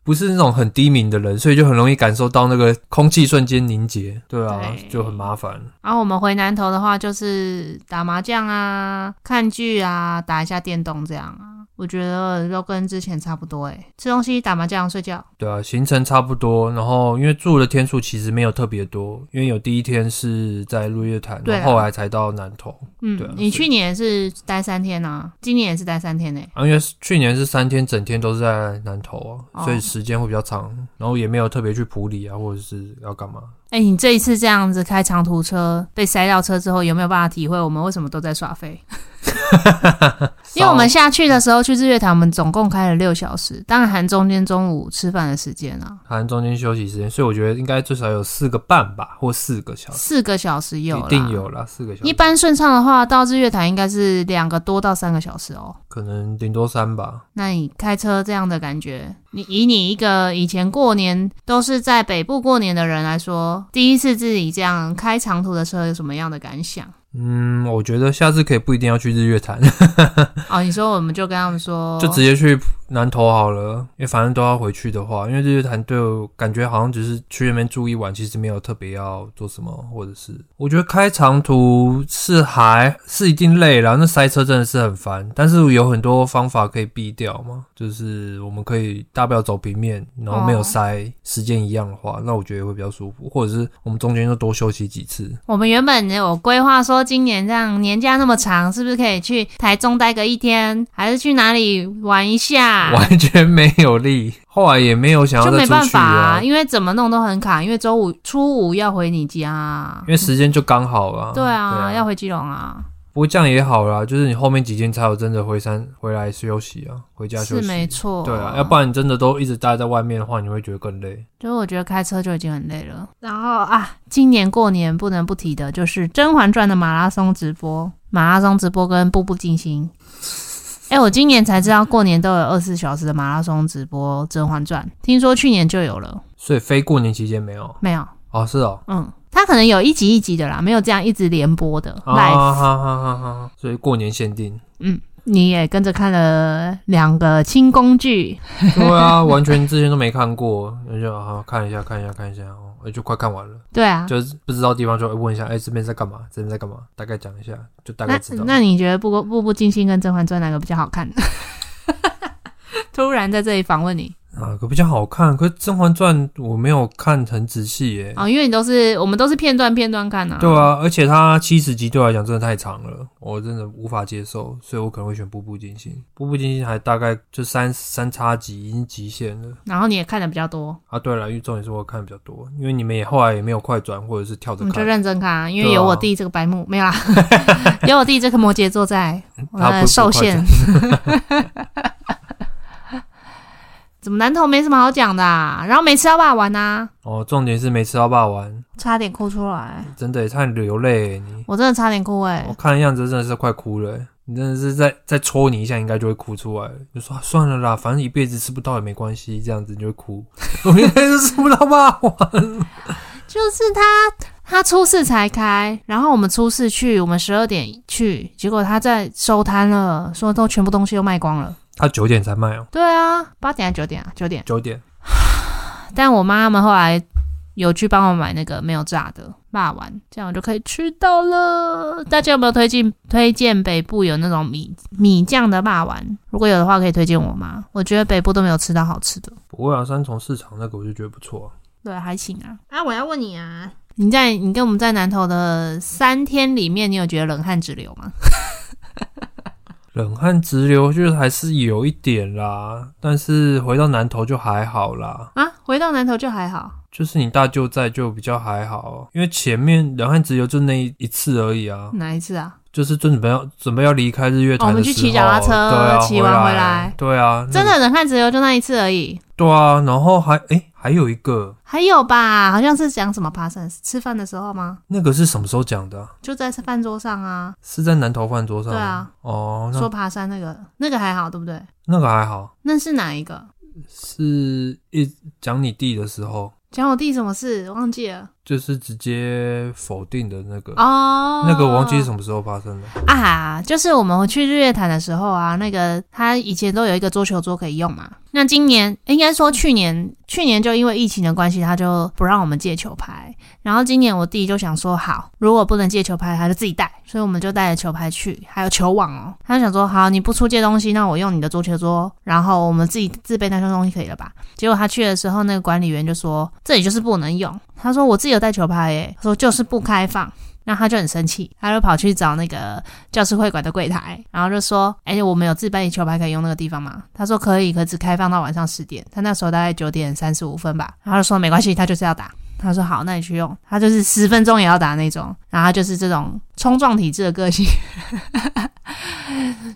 Speaker 2: 不是那种很低敏的人，所以就很容易感受到那个空气瞬间凝结。对啊，
Speaker 1: 对
Speaker 2: 就很麻烦。
Speaker 1: 然后我们回南头的话，就是打麻将啊、看剧啊、打一下电动这样啊。我觉得都跟之前差不多诶、吃东西、打麻将、睡觉。
Speaker 2: 对啊，行程差不多，然后因为住的天数其实没有特别多，因为有第一天是在日月潭，
Speaker 1: 对啊
Speaker 2: 然后后来才到南投。
Speaker 1: 嗯，
Speaker 2: 对啊
Speaker 1: 你
Speaker 2: 所以
Speaker 1: 去年也是待三天啊，今年也是待三天欸诶、
Speaker 2: 啊，因为去年是三天，整天都是在南投啊，
Speaker 1: 哦
Speaker 2: 所以时间会比较长，然后也没有特别去普里啊，或者是要干嘛。
Speaker 1: 哎、你这一次这样子开长途车被塞到车之后，有没有办法体会我们为什么都在耍废？因为我们下去的时候去日月潭，我们总共开了六小时，当然含中间中午吃饭的时间啊，
Speaker 2: 含中间休息时间，所以我觉得应该最少有四个半吧，或四个小时，
Speaker 1: 四个小时有
Speaker 2: 一
Speaker 1: 啦
Speaker 2: 定。有啦，四个小时，
Speaker 1: 一般顺畅的话，到日月潭应该是两个多到三个小时哦。
Speaker 2: 可能顶多三吧。
Speaker 1: 那你开车这样的感觉，你以你一个以前过年都是在北部过年的人来说，第一次自己这样开长途的车有什么样的感想？
Speaker 2: 嗯，我觉得下次可以不一定要去日月潭，
Speaker 1: 哦，你说我们就跟他们说，
Speaker 2: 就直接去南投好了，因为反正都要回去的话，因为日月潭对我感觉好像只是去那边住一晚，其实没有特别要做什么，或者是我觉得开长途是还是一定累啦，那塞车真的是很烦，但是有很多方法可以避掉嘛，就是我们可以大不了走平面，然后没
Speaker 1: 哦
Speaker 2: 有塞，时间一样的话，那我觉得会比较舒服，或者是我们中间就多休息几次，
Speaker 1: 我们原本有规划说，今年这样年假那么长，是不是可以去台中待个一天，还是去哪里玩一下？
Speaker 2: 完全没有力，后来也没有想
Speaker 1: 啊就没
Speaker 2: 要再出
Speaker 1: 办
Speaker 2: 去
Speaker 1: 法、
Speaker 2: 啊。
Speaker 1: 因为怎么弄都很卡，因为周五初五要回你家啊
Speaker 2: 因。为时间就刚好了、
Speaker 1: 对啊，要回基隆啊，
Speaker 2: 不过这样也好啦，就是你后面几天才有真的回山回来休息啊，回家休
Speaker 1: 是
Speaker 2: 息。
Speaker 1: 没错。
Speaker 2: 对啊，要不然你真的都一直待在外面的话，你会觉得更累。
Speaker 1: 就是我觉得开车就已经很累了。然后啊，今年过年不能不提的就是《甄嬛传》的马拉松直播，马拉松直播跟步步惊 心。哎、我今年才知道过年都有二十四小时的马拉松直播《甄嬛传》，听说去年就有了，
Speaker 2: 所以非过年期间没有
Speaker 1: 没有？
Speaker 2: 哦，是哦，
Speaker 1: 嗯，它可能有一集一集的啦，没有这样一直连播的
Speaker 2: 啊
Speaker 1: live。
Speaker 2: 哈哈哈哈哈，所以过年限定。
Speaker 1: 你也跟着看了两个清宫剧，
Speaker 2: 对 啊，完全之前都没看过，那就啊看一下看一下看一下哦，哎就快看完了，
Speaker 1: 对啊。
Speaker 2: 就是不知道地方就会问一下，哎、这边在干嘛？这边在干嘛？大概讲一下，就大概
Speaker 1: 那
Speaker 2: 知道。
Speaker 1: 那你觉得步《步步惊心》跟《甄嬛传》哪个比较好看？ 突然在这里访问你。
Speaker 2: 哪个比较好看？啊可是《甄嬛传》我没有看很仔细耶。
Speaker 1: 哦，因为你都是我们都是片段片段看啊。
Speaker 2: 对，啊，而且它七十集对我来讲真的太长了，我真的无法接受，所以我可能会选《步步惊心》。《步步惊心》还大概就三三叉戟已经极限了
Speaker 1: 然后你也看的比较多，
Speaker 2: 啊！对了，因为重点是我看比较多，因为你们也后来也没有快转或者是跳着
Speaker 1: 你就
Speaker 2: 看，
Speaker 1: 认真看啊，因为
Speaker 2: 对啊
Speaker 1: 有我弟这个白目、没有 啦，有我弟这个摩羯座在，我
Speaker 2: 嗯他不
Speaker 1: 的
Speaker 2: 不
Speaker 1: 受
Speaker 2: 快
Speaker 1: 限。怎么南投没什么好讲的、啊？然后没吃到霸王啊，
Speaker 2: 哦，重点是没吃到霸丸，
Speaker 1: 差点哭出来，
Speaker 2: 真的也差点流泪耶你。
Speaker 1: 我真的差点哭哎、
Speaker 2: 我看的样子真的是快哭了耶，你真的是再再戳你一下，应该就会哭出来了。就说、啊算了啦，反正一辈子吃不到也没关系，这样子你就会哭。我一辈子吃不到霸王，
Speaker 1: 就是他，他初四才开，然后我们初四去，我们十二点去，结果他在收摊了，说都全部东西都卖光了。
Speaker 2: 他九点才卖哦，
Speaker 1: 对啊，八点还是九点啊？九点。
Speaker 2: 九点。
Speaker 1: 但我妈他们后来有去帮我买那个没有炸的辣丸，这样我就可以吃到了。大家有没有推荐推荐北部有那种米米酱的辣丸？如果有的话，可以推荐我妈。我觉得北部都没有吃到好吃的。
Speaker 2: 不会啊，三重市场那个我就觉得不错、啊。
Speaker 1: 对，还行啊。啊，我要问你啊，你在你跟我们在南投的三天里面，你有觉得冷汗直流吗？
Speaker 2: 冷汗直流，就是还是有一点啦，但是回到南投就还好啦。
Speaker 1: 啊，回到南投就还好。
Speaker 2: 就是你大舅在就比较还好，啊因为前面冷汗直流就那一一次而已啊，
Speaker 1: 哪一次啊？
Speaker 2: 就是准备要准备要离开日月潭
Speaker 1: 哦我们
Speaker 2: 的时候
Speaker 1: 去骑脚踏车
Speaker 2: 对啊，
Speaker 1: 骑完
Speaker 2: 回
Speaker 1: 回来
Speaker 2: 对啊，那
Speaker 1: 真的冷汗直流就那一次而已。
Speaker 2: 对啊，然后还诶、还有一个
Speaker 1: 还有吧，好像是讲什么爬山吃饭的时候吗？
Speaker 2: 那个是什么时候讲的啊、
Speaker 1: 就在饭桌上啊，
Speaker 2: 是在南投饭桌上
Speaker 1: 对啊，
Speaker 2: 哦，那
Speaker 1: 说爬山那个，那个还好，对不对？
Speaker 2: 那个还好，
Speaker 1: 那是哪一个？
Speaker 2: 是一讲你弟的时候，
Speaker 1: 讲我弟什么事忘记了？
Speaker 2: 就是直接否定的那个。
Speaker 1: 哦，
Speaker 2: 那个我忘记是什么时候发生的，
Speaker 1: 啊，就是我们去日月潭的时候啊，那个他以前都有一个桌球桌可以用嘛。那今年应该说去年，去年就因为疫情的关系，他就不让我们借球拍。然后今年我弟就想说，好，如果不能借球拍，他就自己带，所以我们就带着球拍去，还有球网哦。他就想说，好，你不出借东西，那我用你的桌球桌，然后我们自己自备那些东西可以了吧？结果他去的时候，那个管理员就说，这里就是不能用。他说我自己有带球拍耶，他说就是不开放。那他就很生气，他就跑去找那个教师会馆的柜台，然后就说：“哎、我们有自备球拍可以用那个地方吗？”他说：“可以，可只开放到晚上十点。”他那时候大概九点三十五分吧，然后就说：“没关系，他就是要打。”他说：“好，那你去用。”他就是十分钟也要打那种，然后他就是这种冲撞体质的个性。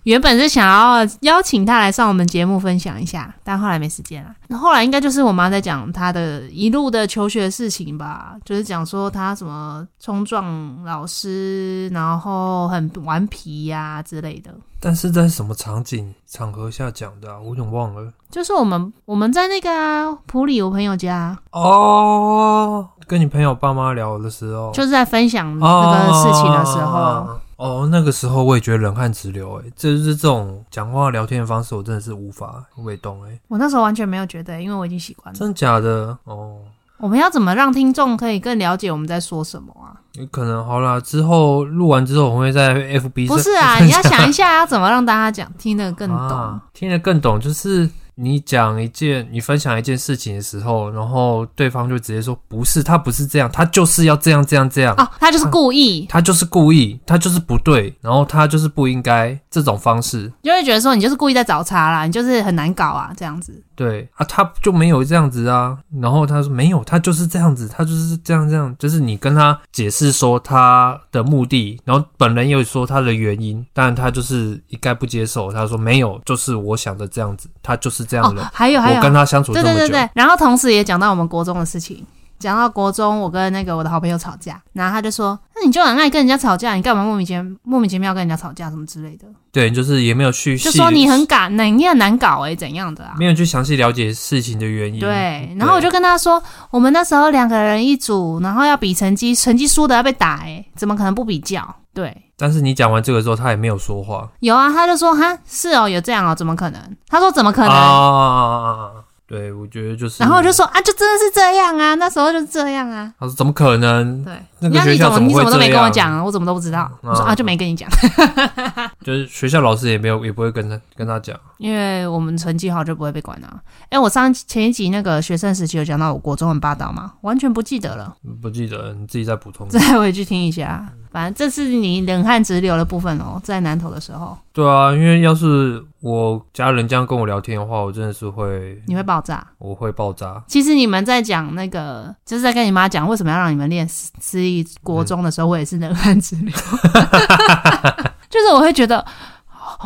Speaker 1: 原本是想要邀请他来上我们节目分享一下，但后来没时间了。后来应该就是我妈在讲她的一路的求学事情吧，就是讲说她什么冲撞老师，然后很顽皮呀、之类的。
Speaker 2: 但是在什么场景场合下讲的、啊，我有点忘了。
Speaker 1: 就是我们我们在那个啊普里我朋友家啊，
Speaker 2: 哦，跟你朋友爸妈聊的时候，
Speaker 1: 就是在分享那个事情的时候，
Speaker 2: 哦。哦，那个时候我也觉得冷汗直流、欸，哎，就是这种讲话聊天的方式，我真的是无法未动、欸，
Speaker 1: 我那时候完全没有觉得，因为我已经习惯了。
Speaker 2: 真假的？哦，
Speaker 1: 我们要怎么让听众可以更了解我们在说什么啊？
Speaker 2: 有可能好啦，之后录完之后，我会在 FB
Speaker 1: 不
Speaker 2: 上
Speaker 1: 是啊，你要想一下要怎么让大家讲听得更懂。
Speaker 2: 啊听得更懂，就是你讲一件，你分享一件事情的时候，然后对方就直接说不是，他不是这样，他就是要这样这样这样，
Speaker 1: 哦，他就是故意，
Speaker 2: 他就是故意，他就是不对，然后他就是不应该这种方式，
Speaker 1: 你就会觉得说你就是故意在找茬啦，你就是很难搞啊，这样子。
Speaker 2: 对啊，他就没有这样子啊，然后他说没有，他就是这样子，他就是这样这样，就是你跟他解释说他的目的，然后本人也有说他的原因，但他就是一概不接受，他说没有，就是我想的这样子，他就是这样
Speaker 1: 哦
Speaker 2: 的。，
Speaker 1: 还有还
Speaker 2: 我跟
Speaker 1: 有，
Speaker 2: 他相处这
Speaker 1: 对
Speaker 2: 么久，
Speaker 1: 对对对，然后同时也讲到我们国中的事情。讲到国中，我跟那个我的好朋友吵架，然后他就说：“那你就很爱跟人家吵架，你干嘛莫名其妙莫名其妙跟人家吵架什么之类的？
Speaker 2: 对，就是也没有去
Speaker 1: 就
Speaker 2: 细
Speaker 1: 说你很敢，那你很难搞诶、怎样的啊？”
Speaker 2: 没有去详细了解事情的原因。
Speaker 1: 对，然后我就跟他说，我们那时候两个人一组，然后要比成绩，成绩输的要被打、诶，怎么可能不比较？对，
Speaker 2: 但是你讲完这个之后，他也没有说话。
Speaker 1: 有啊，他就说哈，是哦，有这样哦，怎么可能？他说怎么可能？
Speaker 2: 啊，对，我觉得就是。
Speaker 1: 然后我就说啊，就真的是这样啊，那时候就是这样啊。
Speaker 2: 他说怎么可能？
Speaker 1: 对，
Speaker 2: 那
Speaker 1: 你
Speaker 2: 个
Speaker 1: 看
Speaker 2: 学
Speaker 1: 你怎
Speaker 2: 校
Speaker 1: 么
Speaker 2: 么
Speaker 1: 你
Speaker 2: 会
Speaker 1: 怎么都
Speaker 2: 这
Speaker 1: 没跟我
Speaker 2: 样？
Speaker 1: 讲啊？我怎么都不知道？
Speaker 2: 嗯
Speaker 1: 我说
Speaker 2: 啊
Speaker 1: 啊，就没跟你讲，
Speaker 2: 就是学校老师也没有，也不会跟他跟他讲。
Speaker 1: 因为我们成绩好就不会被管啊。哎，我上前一集那个学生时期有讲到我国中很霸道吗？完全不记得了，
Speaker 2: 不记得你自己在补充。
Speaker 1: 再回去听一下。反正这是你冷汗直流的部分哦，在南投的时候
Speaker 2: 对啊，因为要是我家人这样跟我聊天的话，我真的是会，
Speaker 1: 你会爆炸。
Speaker 2: 我会爆炸。
Speaker 1: 其实你们在讲那个，就是在跟你妈讲为什么要让你们练私私立国中的时候，我也是冷汗直 流，就是我会觉得。哦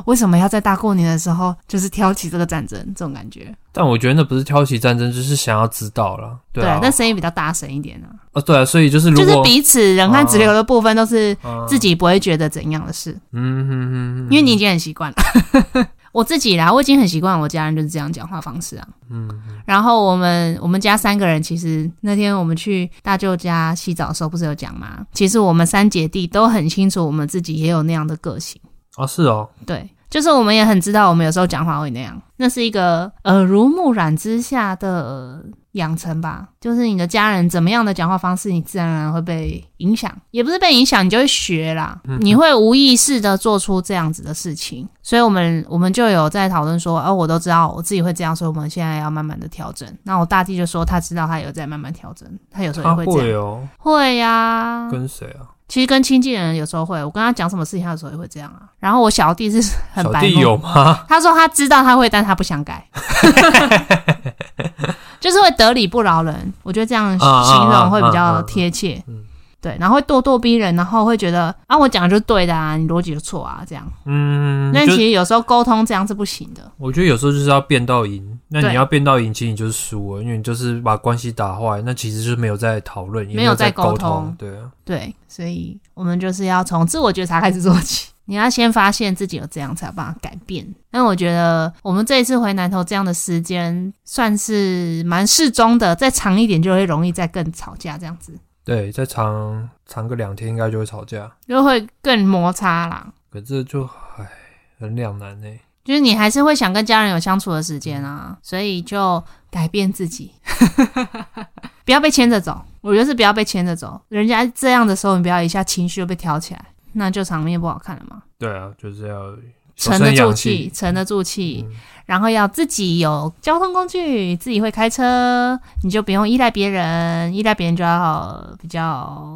Speaker 1: 为什么要在大过年的时候就是挑起这个战争？这种感觉，
Speaker 2: 但我觉得那不是挑起战争，就是想要知道啦。对啊，
Speaker 1: 但声音比较大声一点啊，
Speaker 2: 哦对啊，所以就是如
Speaker 1: 就是
Speaker 2: 果
Speaker 1: 彼此冷汗直流的部分都是
Speaker 2: 嗯
Speaker 1: 自己不会觉得怎样的事，
Speaker 2: 嗯哼哼哼，
Speaker 1: 因为你已经很习惯了。 我自己啦，我已经很习惯我家人就是这样讲话方式啊。嗯，然后我们我们家三个人，其实那天我们去大舅家洗澡的时候，不是有讲吗？其实我们三姐弟都很清楚，我们自己也有那样的个性。
Speaker 2: 啊是哦，
Speaker 1: 对，就是我们也很知道，我们有时候讲话会那样，那是一个呃耳濡目染之下的养成吧。就是你的家人怎么样的讲话方式，你自然而然会被影响，也不是被影响，你就会学啦，
Speaker 2: 嗯
Speaker 1: 你会无意识的做出这样子的事情。所以我们我们就有在讨论说，哦，我都知道我自己会这样，所以我们现在要慢慢的调整。那我大弟就说他知道，他有在慢慢调整，他有时候
Speaker 2: 他
Speaker 1: 也会这
Speaker 2: 会
Speaker 1: 样，
Speaker 2: 哦，
Speaker 1: 会呀、
Speaker 2: 跟谁啊？
Speaker 1: 其实跟亲近的人有时候会，我跟他讲什么事情，他有时候也会这样啊。然后我小弟 是很
Speaker 2: 小
Speaker 1: 白
Speaker 2: 弟
Speaker 1: 目，
Speaker 2: 有吗？
Speaker 1: 他说他知道他会，但他不想改， 就是会得理不饶人。我觉得这样
Speaker 2: 啊
Speaker 1: 形
Speaker 2: 啊
Speaker 1: 容
Speaker 2: 啊
Speaker 1: 会比
Speaker 2: 啊
Speaker 1: 较
Speaker 2: 啊
Speaker 1: 贴切
Speaker 2: 嗯。
Speaker 1: 对，然后会咄咄逼人，然后会觉得啊，我讲的就是对的啊，你逻辑有错啊，这样。
Speaker 2: 嗯，
Speaker 1: 但
Speaker 2: 就
Speaker 1: 其实有时候沟通这样是不行的。
Speaker 2: 我觉得有时候就是要变到赢，那
Speaker 1: 对
Speaker 2: 你要变到赢，其实你就是输了，因为你就是把关系打坏，那其实就是没有在讨论，也
Speaker 1: 没有
Speaker 2: 有
Speaker 1: 在
Speaker 2: 在
Speaker 1: 沟
Speaker 2: 沟
Speaker 1: 通
Speaker 2: 对啊，
Speaker 1: 对，所以我们就是要从自我觉察开始做起。 你要先发现自己有这样，才有办法改变。但我觉得我们这一次回南头这样的时间算是蛮适中的，再长一点就会容易再更吵架这样子。
Speaker 2: 对，再长长个两天应该就会吵架。
Speaker 1: 就会更摩擦啦。
Speaker 2: 可这就唉，很两难呢、
Speaker 1: 就是你还是会想跟家人有相处的时间啊，所以就改变自己， 不要被牵着走。我觉得是不要被牵着走，人家这样的时候，你不要一下情绪就被挑起来，那就场面不好看了嘛。
Speaker 2: 对啊，就是要求
Speaker 1: 沉得
Speaker 2: 生
Speaker 1: 住
Speaker 2: 养
Speaker 1: 气，
Speaker 2: 气。
Speaker 1: 沉得住气，
Speaker 2: 嗯
Speaker 1: 然后要自己有交通工具，自己会开车，你就不用依赖别人，依赖别人就要比较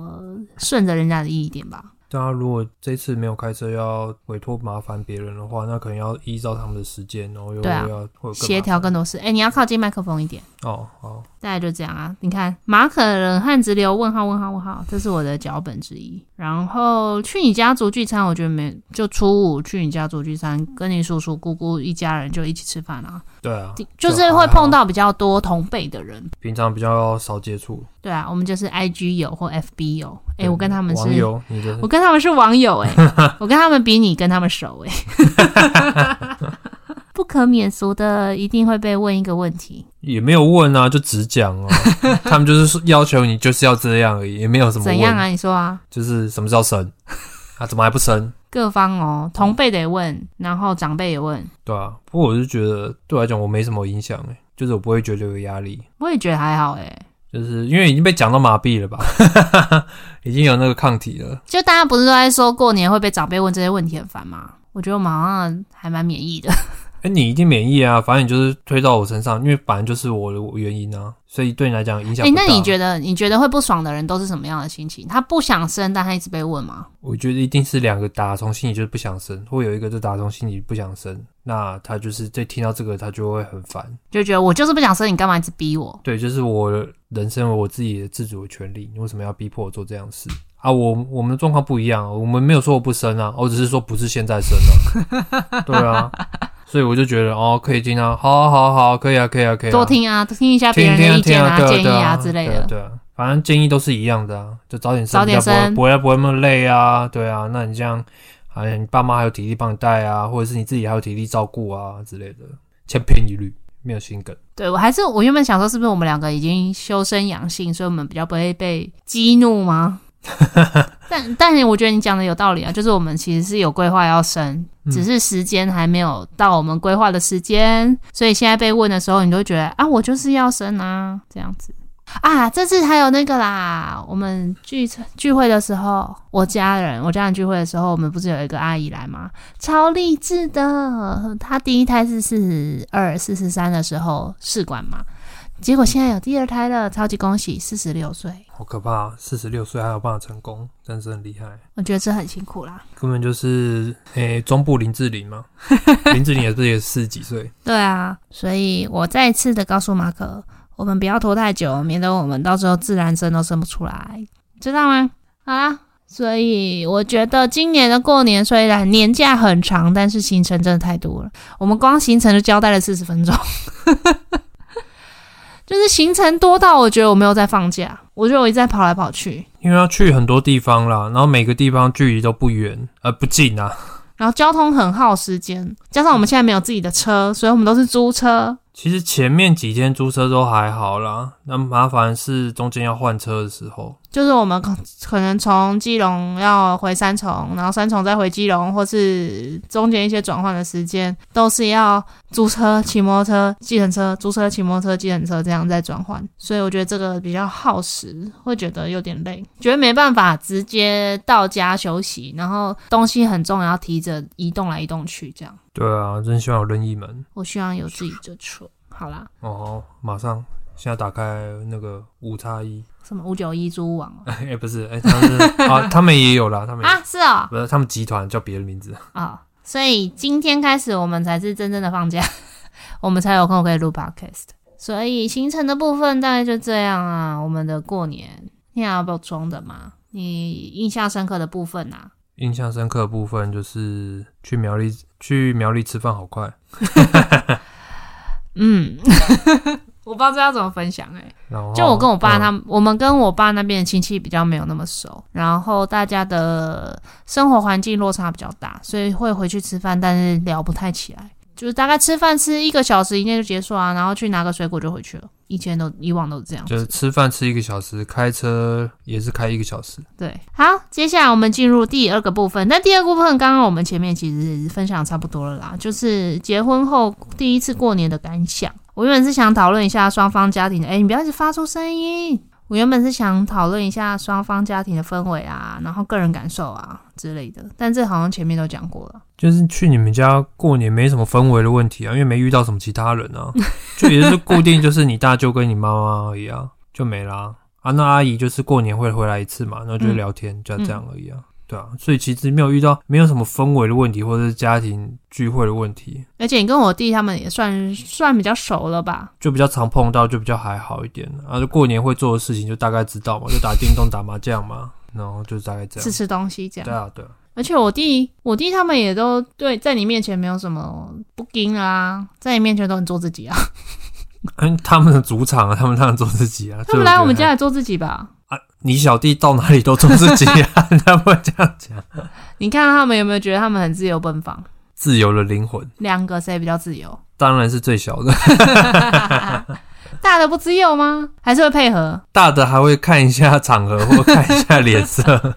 Speaker 1: 顺着人家的意一点吧。
Speaker 2: 对啊，如果这次没有开车，要委托麻烦别人的话，那可能要依照他们的时间，然后又、
Speaker 1: 对啊
Speaker 2: 又要会有更
Speaker 1: 协
Speaker 2: 麻
Speaker 1: 调更多事，哎、你要靠近麦克风一点。
Speaker 2: 哦哦，
Speaker 1: 大概就这样啊。你看，马可冷汗直流，问号问号问号，这是我的脚本之一。然后去你家族聚餐，我觉得没就初五去你家族聚餐，跟你叔叔姑姑一家人就一起吃饭啊，
Speaker 2: 对啊，
Speaker 1: 就是会碰到比较多同辈的人。
Speaker 2: 平常比较少接触。
Speaker 1: 对啊，我们就是 I G 友或 F B 友。哎、
Speaker 2: 对
Speaker 1: 我跟他们
Speaker 2: 网
Speaker 1: 是。
Speaker 2: 友，你的
Speaker 1: 我跟他们是网友哎、我跟他们比你跟他们熟哎、 不可免俗的一定会被问一个问题，
Speaker 2: 也没有问啊，就只讲 哦、他们就是要求你就是要这样而已，也没有什么
Speaker 1: 怎
Speaker 2: 问，
Speaker 1: 样啊？你说啊？
Speaker 2: 就是什么时候生啊，怎么还不生？
Speaker 1: 各方哦，同辈的也问，然后长辈也问，
Speaker 2: 对啊，不过我是觉得对我来讲我没什么影响诶、就是我不会觉得有压力，
Speaker 1: 我也觉得还好诶、
Speaker 2: 就是因为已经被讲到麻痹了吧， 已经有那个抗体了。
Speaker 1: 就大家不是都在说过年会被长辈问这些问题很烦吗？我觉得我们好像还蛮免疫的。
Speaker 2: 哎、你一定免疫啊，反正你就是推到我身上，因为本来就是我的原因啊，所以对你来讲影响
Speaker 1: 哎、
Speaker 2: 不大。
Speaker 1: 那你觉得你觉得会不爽的人都是什么样的心情？他不想生，但他一直被问吗？
Speaker 2: 我觉得一定是两个打从心里就是不想生，或有一个就打从心里不想生，那他就是在听到这个他就会很烦。
Speaker 1: 就觉得我就是不想生，你干嘛一直逼我？
Speaker 2: 对，就是我人生有我自己的自主的权利，你为什么要逼迫我做这样的事啊？我我们的状况不一样，我们没有说我不生啊，我只是说不是现在生啊。对啊，所以我就觉得哦，可以听啊，好好好好，可以啊，可以啊，可以、啊，
Speaker 1: 多听啊，多听一下别
Speaker 2: 听
Speaker 1: 人的意见
Speaker 2: 啊，对
Speaker 1: 建议
Speaker 2: 对啊
Speaker 1: 之类
Speaker 2: 对啊
Speaker 1: 的。
Speaker 2: 对啊，反正建议都是一样的啊，就早点生，
Speaker 1: 早点
Speaker 2: 比较不会
Speaker 1: 生
Speaker 2: 不会不会那么累啊，对啊，那你这样，哎呀，你爸妈还有体力帮你带啊，或者是你自己还有体力照顾啊之类的，千篇一律，没有心梗。
Speaker 1: 对我还是我原本想说，是不是我们两个已经修身养性，所以我们比较不会被激怒 吗？但但我觉得你讲的有道理啊，就是我们其实是有规划要生，
Speaker 2: 嗯
Speaker 1: 只是时间还没有到我们规划的时间，所以现在被问的时候，你都会觉得啊，我就是要生啊，这样子啊。这次还有那个啦，我们聚餐聚会的时候，我家人我家人聚会的时候，我们不是有一个阿姨来吗？超励志的。她第一胎是四十二、四十三的时候试管嘛，结果现在有第二胎了，超级恭喜，四十六岁。
Speaker 2: 好可怕！啊四十六岁还有办法成功，真是很厉害。
Speaker 1: 我觉得这很辛苦啦。
Speaker 2: 根本就是诶、中部林志 玲嘛，林志玲也是也四十几岁，
Speaker 1: 对啊，所以我再次的告诉马可，我们不要拖太久，免得我们到时候自然生都生不出来，知道吗？好啦，所以我觉得今年的过年虽然年假很长，但是行程真的太多了，我们光行程就交代了四十分钟。 就是行程多到我觉得我没有在放假，我觉得我一直在跑来跑去，
Speaker 2: 因为要去很多地方啦，然后每个地方距离都不远，呃不近啊。
Speaker 1: 然后交通很耗时间，加上我们现在没有自己的车，所以我们都是租车，
Speaker 2: 其实前面几天租车都还好啦，那麻烦是中间要换车的时候，
Speaker 1: 就是我们可可能从基隆要回三重，然后三重再回基隆，或是中间一些转换的时间，都是要租车、骑摩托车、计程车、租车、骑摩托车、计程车这样再转换。所以我觉得这个比较耗时，会觉得有点累，觉得没办法直接到家休息，然后东西很重，要提着移动来移动去这样。
Speaker 2: 对啊，真希望有任意门
Speaker 1: 我希望有自己的车。好啦，
Speaker 2: 哦。马上现在打开那个五叉一，
Speaker 1: 什么五九一租屋网哦、
Speaker 2: 哎、不是，哎、他们是 啊，他们也有啦，他们也有
Speaker 1: 啊，是哦，
Speaker 2: 不是他们集团叫别的名字，
Speaker 1: 啊、所以今天开始我们才是真正的放假， 我们才有空可以录 podcast。所以行程的部分大概就这样啊。我们的过年，你还要补充的吗？你印象深刻的部分啊？
Speaker 2: 印象深刻的部分就是去苗栗去苗栗吃饭好快，
Speaker 1: 嗯， 我不知道这要怎么分享哎、
Speaker 2: 然后
Speaker 1: 就我跟我爸
Speaker 2: 嗯
Speaker 1: 他们，我们跟我爸那边的亲戚比较没有那么熟，然后大家的生活环境落差比较大，所以会回去吃饭，但是聊不太起来。就是大概吃饭吃一个小时以内就结束啊，然后去拿个水果就回去了。以前都以往都这样。
Speaker 2: 就是吃饭吃一个小时，开车也是开一个小时。
Speaker 1: 对，好，接下来我们进入第二个部分。那第二个部分，刚刚我们前面其实分享差不多了啦，就是结婚后第一次过年的感想。我原本是想讨论一下双方家庭的，哎、你不要一直发出声音。我原本是想讨论一下双方家庭的氛围啊，然后个人感受啊之类的，但这好像前面都讲过了。
Speaker 2: 就是去你们家过年没什么氛围的问题啊，因为没遇到什么其他人啊， 就也就是固定就是你大舅跟你妈妈而已啊，就没啦。啊，那阿姨就是过年会回来一次嘛，那就聊天，就这样而已啊。对啊，所以其实没有遇到没有什么氛围的问题，或者是家庭聚会的问题，
Speaker 1: 而且你跟我弟他们也算算比较熟了吧？
Speaker 2: 就比较常碰到，就比较还好一点啊。就过年会做的事情就大概知道嘛，就打电动、打麻将嘛，然后就大概这
Speaker 1: 吃
Speaker 2: 样。
Speaker 1: 吃东西这样。
Speaker 2: 对啊，对啊，
Speaker 1: 而且我弟，我弟他们也都对在你面前没有什么不矜啊，在你面前都很做自己啊。
Speaker 2: 嗯，他们的主场啊，他们当然做自己啊。
Speaker 1: 他们
Speaker 2: 所以觉
Speaker 1: 来
Speaker 2: 得
Speaker 1: 我们家也做自己吧。
Speaker 2: 啊，你小弟到哪里都做自己 啊，他不会这样讲。
Speaker 1: 你看他们有没有觉得他们很自由奔放？
Speaker 2: 自由的灵魂
Speaker 1: 两个谁比较自由？
Speaker 2: 当然是最小的，
Speaker 1: 大的不自由吗？还是会配合？
Speaker 2: 大的还会看一下场合或看一下 脸色。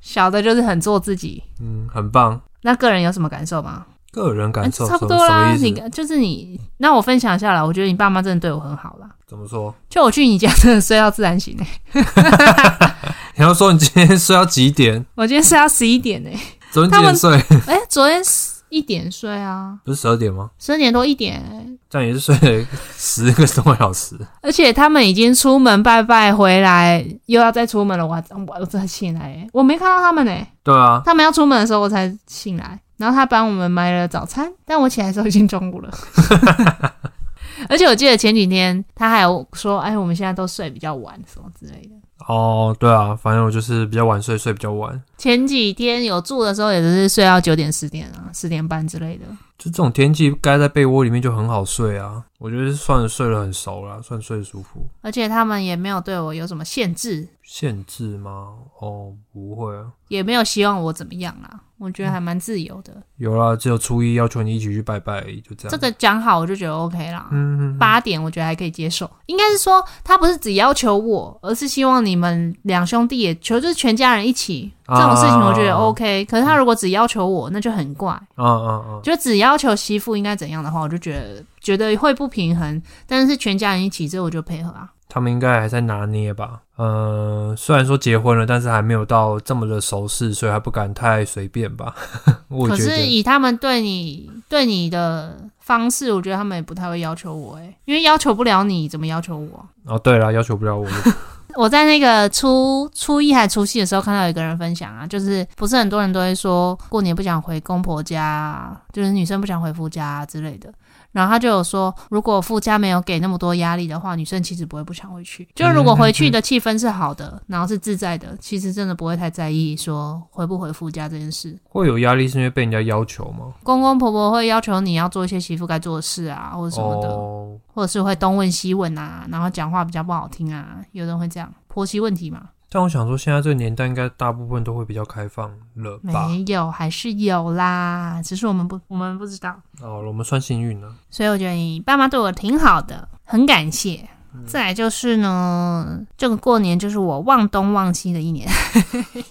Speaker 1: 小的就是很做自己。
Speaker 2: 嗯，很棒。
Speaker 1: 那个人有什么感受吗？
Speaker 2: 个人感受
Speaker 1: 哎差不多
Speaker 2: 什
Speaker 1: 啦。
Speaker 2: 么什么
Speaker 1: 你
Speaker 2: 意思？
Speaker 1: 就是你，那我分享一下啦。我觉得你爸妈真的对我很好啦。
Speaker 2: 怎么说？
Speaker 1: 就我去你家真的睡到自然醒哎、
Speaker 2: 你要说你今天睡到几点？
Speaker 1: 我今天睡到十一点哎、
Speaker 2: 昨天
Speaker 1: 他
Speaker 2: 几
Speaker 1: 们
Speaker 2: 点 睡？
Speaker 1: 哎、昨天一点睡啊，
Speaker 2: 不是十二点吗？
Speaker 1: 十二点多一点、欸，
Speaker 2: 这样也是睡了十个多小时。
Speaker 1: 而且他们已经出门拜拜回来，又要再出门了，我还我我才醒来、欸，我没看到他们呢、
Speaker 2: 对啊，
Speaker 1: 他们要出门的时候我才醒来，然后他帮我们买了早餐，但我起来的时候已经中午了。 而且我记得前几天他还有说，哎，我们现在都睡比较晚什么之类的。
Speaker 2: 哦，对啊，反正我就是比较晚睡，睡比较晚。
Speaker 1: 前几天有住的时候也只是睡到九点十点啊，十点半之类的。
Speaker 2: 就这种天气，该在被窝里面就很好睡啊。我觉得算睡得很熟啦，算睡得舒服。
Speaker 1: 而且他们也没有对我有什么限制，
Speaker 2: 限制吗？哦，不会啊。
Speaker 1: 也没有希望我怎么样啦。我觉得还蛮自由的，
Speaker 2: 有啦，只有初一要求你一起去拜拜而已，就嗯这样。
Speaker 1: 这个讲好我就觉得 OK 啦。
Speaker 2: 嗯，嗯，嗯
Speaker 1: 八点我觉得还可以接受，应该是说他不是只要求我，而是希望你们两兄弟也求，就是全家人一起这种事情，我觉得
Speaker 2: 啊
Speaker 1: OK、可是他如果只要求我，那就很怪，
Speaker 2: 嗯嗯嗯，
Speaker 1: 就只要求媳妇应该怎样的话，我就觉得觉得会不平衡。但是全家人一起，这我就配合啊。
Speaker 2: 他们应该还在拿捏吧？呃，虽然说结婚了，但是还没有到这么的熟识，所以还不敢太随便吧。 我
Speaker 1: 可
Speaker 2: 觉
Speaker 1: 是
Speaker 2: 得
Speaker 1: 以他们对你对你的方式，我觉得他们也不太会要求我、欸，因为要求不了你，怎么要求我？
Speaker 2: 哦，对了，要求不了我，
Speaker 1: 我在那个初初一还初七的时候，看到有一个人分享啊，就是不是很多人都会说过年不想回公婆家，就是女生不想回夫家之类的。然后他就有说，如果夫家没有给那么多压力的话，女生其实不会不想回去。就是如果回去的气氛是好的，然后是自在的，其实真的不会太在意说回不回夫家这件事。
Speaker 2: 会有压力是因为被人家要求吗？
Speaker 1: 公公婆婆会要求你要做一些媳妇该做的事啊，或者什么的，
Speaker 2: 哦，
Speaker 1: 或者是会东问西问啊，然后讲话比较不好听啊，有人会这样婆媳问题嘛。
Speaker 2: 但我想说，现在这个年代应该大部分都会比较开放了吧？
Speaker 1: 没有，还是有啦，只是我们不，我们不知道。
Speaker 2: 哦，我们算幸运了。
Speaker 1: 所以我觉得你爸妈对我挺好的，很感谢。再来就是呢，这个过年就是我忘东忘西的一年，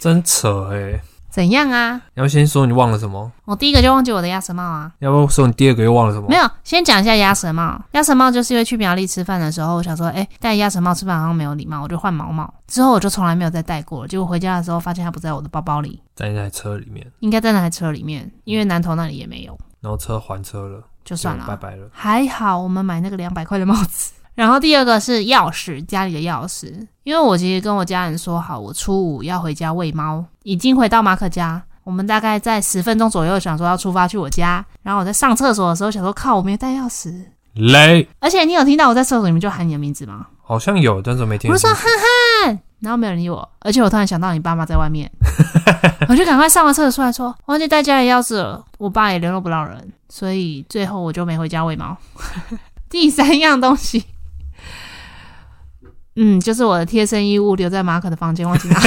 Speaker 2: 真扯哎、
Speaker 1: 怎样啊？
Speaker 2: 你要先说你忘了什么，
Speaker 1: 我第一个就忘记我的鸭舌帽啊，
Speaker 2: 要不要说你第二个又忘了什么
Speaker 1: 没？有，先讲一下鸭舌帽。鸭舌帽就是因为去苗栗吃饭的时候，我想说，哎、戴鸭舌帽吃饭好像没有礼貌，我就换毛帽。之后我就从来没有再戴过了，结果回家的时候发现它不在我的包包里，
Speaker 2: 在那台车里面，
Speaker 1: 应该在那台车里面，因为南头那里也没有，
Speaker 2: 然后车还车了，
Speaker 1: 就算了
Speaker 2: 就
Speaker 1: 啊。
Speaker 2: 拜拜了。
Speaker 1: 还好我们买那个两百块的帽子。 然后第二个是钥匙，家里的钥匙，因为我其实跟我家人说好，我初五要回家喂猫，已经回到马可家。我们大概在十分钟左右想说要出发去我家，然后我在上厕所的时候想说靠，我没有带钥匙。
Speaker 2: 雷
Speaker 1: 而且你有听到我在厕所里面就喊你的名字吗？
Speaker 2: 好像有，但是我没听
Speaker 1: 我就
Speaker 2: 清
Speaker 1: 说
Speaker 2: 楚。
Speaker 1: 憨憨，然后没有人理我。而且我突然想到你爸妈在外面，我就赶快上完厕所出来说忘记带家里钥匙了，我爸也联络不到人，所以最后我就没回家喂猫。 第三样东西， 嗯，就是我的贴身衣物留在马可的房间忘 记拿，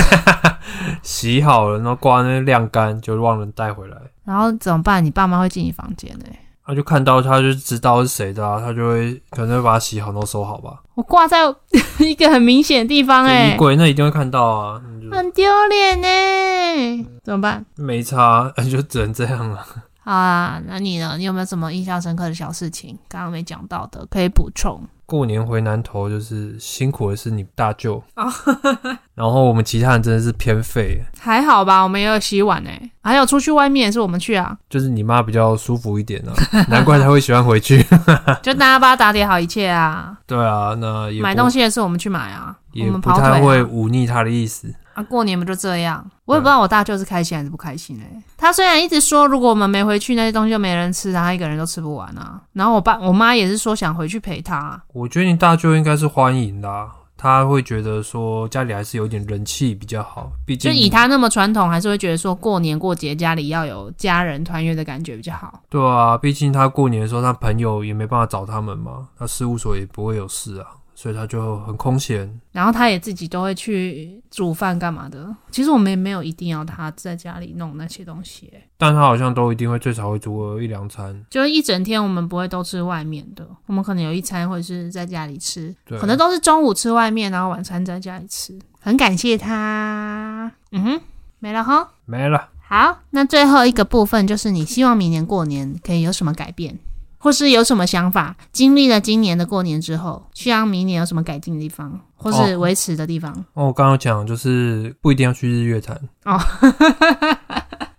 Speaker 2: 洗好了，然后挂在那边晾干，就忘了带回来。
Speaker 1: 然后怎么办？你爸妈会进你房间呢、欸
Speaker 2: 他就看到他就知道是谁的啊，他就会可能会把它洗好，然后收好吧。
Speaker 1: 我挂在 一个很明显的地方、
Speaker 2: 就
Speaker 1: 欸，
Speaker 2: 衣柜那一定会看到啊，你就
Speaker 1: 很丢脸呢，怎么办？
Speaker 2: 没差， 就只能这样了。
Speaker 1: 好啊，那你呢？你有没有什么印象深刻的小事情？刚刚没讲到的，可以补充。
Speaker 2: 过年回南头就是辛苦的是你大舅，然后我们其他人真的是偏废，
Speaker 1: 还好吧，我们也有洗碗呢、欸还有出去外面也是我们去 啊，
Speaker 2: 就是你妈比较舒服一点 啊，难怪她会喜欢回去。
Speaker 1: 就大家帮他打点好一切啊，
Speaker 2: 对啊，那也不
Speaker 1: 买东西也是我们去买啊，我
Speaker 2: 也
Speaker 1: 们
Speaker 2: 不
Speaker 1: 跑腿啊、
Speaker 2: 太会忤逆她的意思。
Speaker 1: 啊，过年不就这样？我也不知道我大舅是开心还是不开心嘞、他虽然一直说，如果我们没回去，那些东西就没人吃啊，他一个人都吃不完啊。然后我爸我妈也是说想回去陪他、
Speaker 2: 我觉得你大舅应该是欢迎的啊、他会觉得说家里还是有点人气比较好，毕
Speaker 1: 就
Speaker 2: 竟
Speaker 1: 以他那么传统，还是会觉得说过年过节家里要有家人团圆的感觉比较好。
Speaker 2: 对啊，毕竟他过年的时候，他朋友也没办法找他们嘛，他事务所也不会有事啊，所以他就很空闲。
Speaker 1: 然后他也自己都会去煮饭干嘛的。其实我们也没有一定要他在家里弄那些东西、欸
Speaker 2: 但他好像都一定会最少会煮个一两餐，
Speaker 1: 就是一整天我们不会都吃外面的，我们可能有一餐会是在家里吃，
Speaker 2: 对
Speaker 1: 可能都是中午吃外面，然后晚餐在家里吃。很感谢他，嗯哼，没了哈。
Speaker 2: 没了。
Speaker 1: 好，那最后一个部分就是你希望明年过年可以有什么改变，或是有什么想法？经历了今年的过年之后，希望明年有什么改进的地方，或是维持的地方？
Speaker 2: 哦，我刚刚讲就是不一定要去日月潭
Speaker 1: 哦。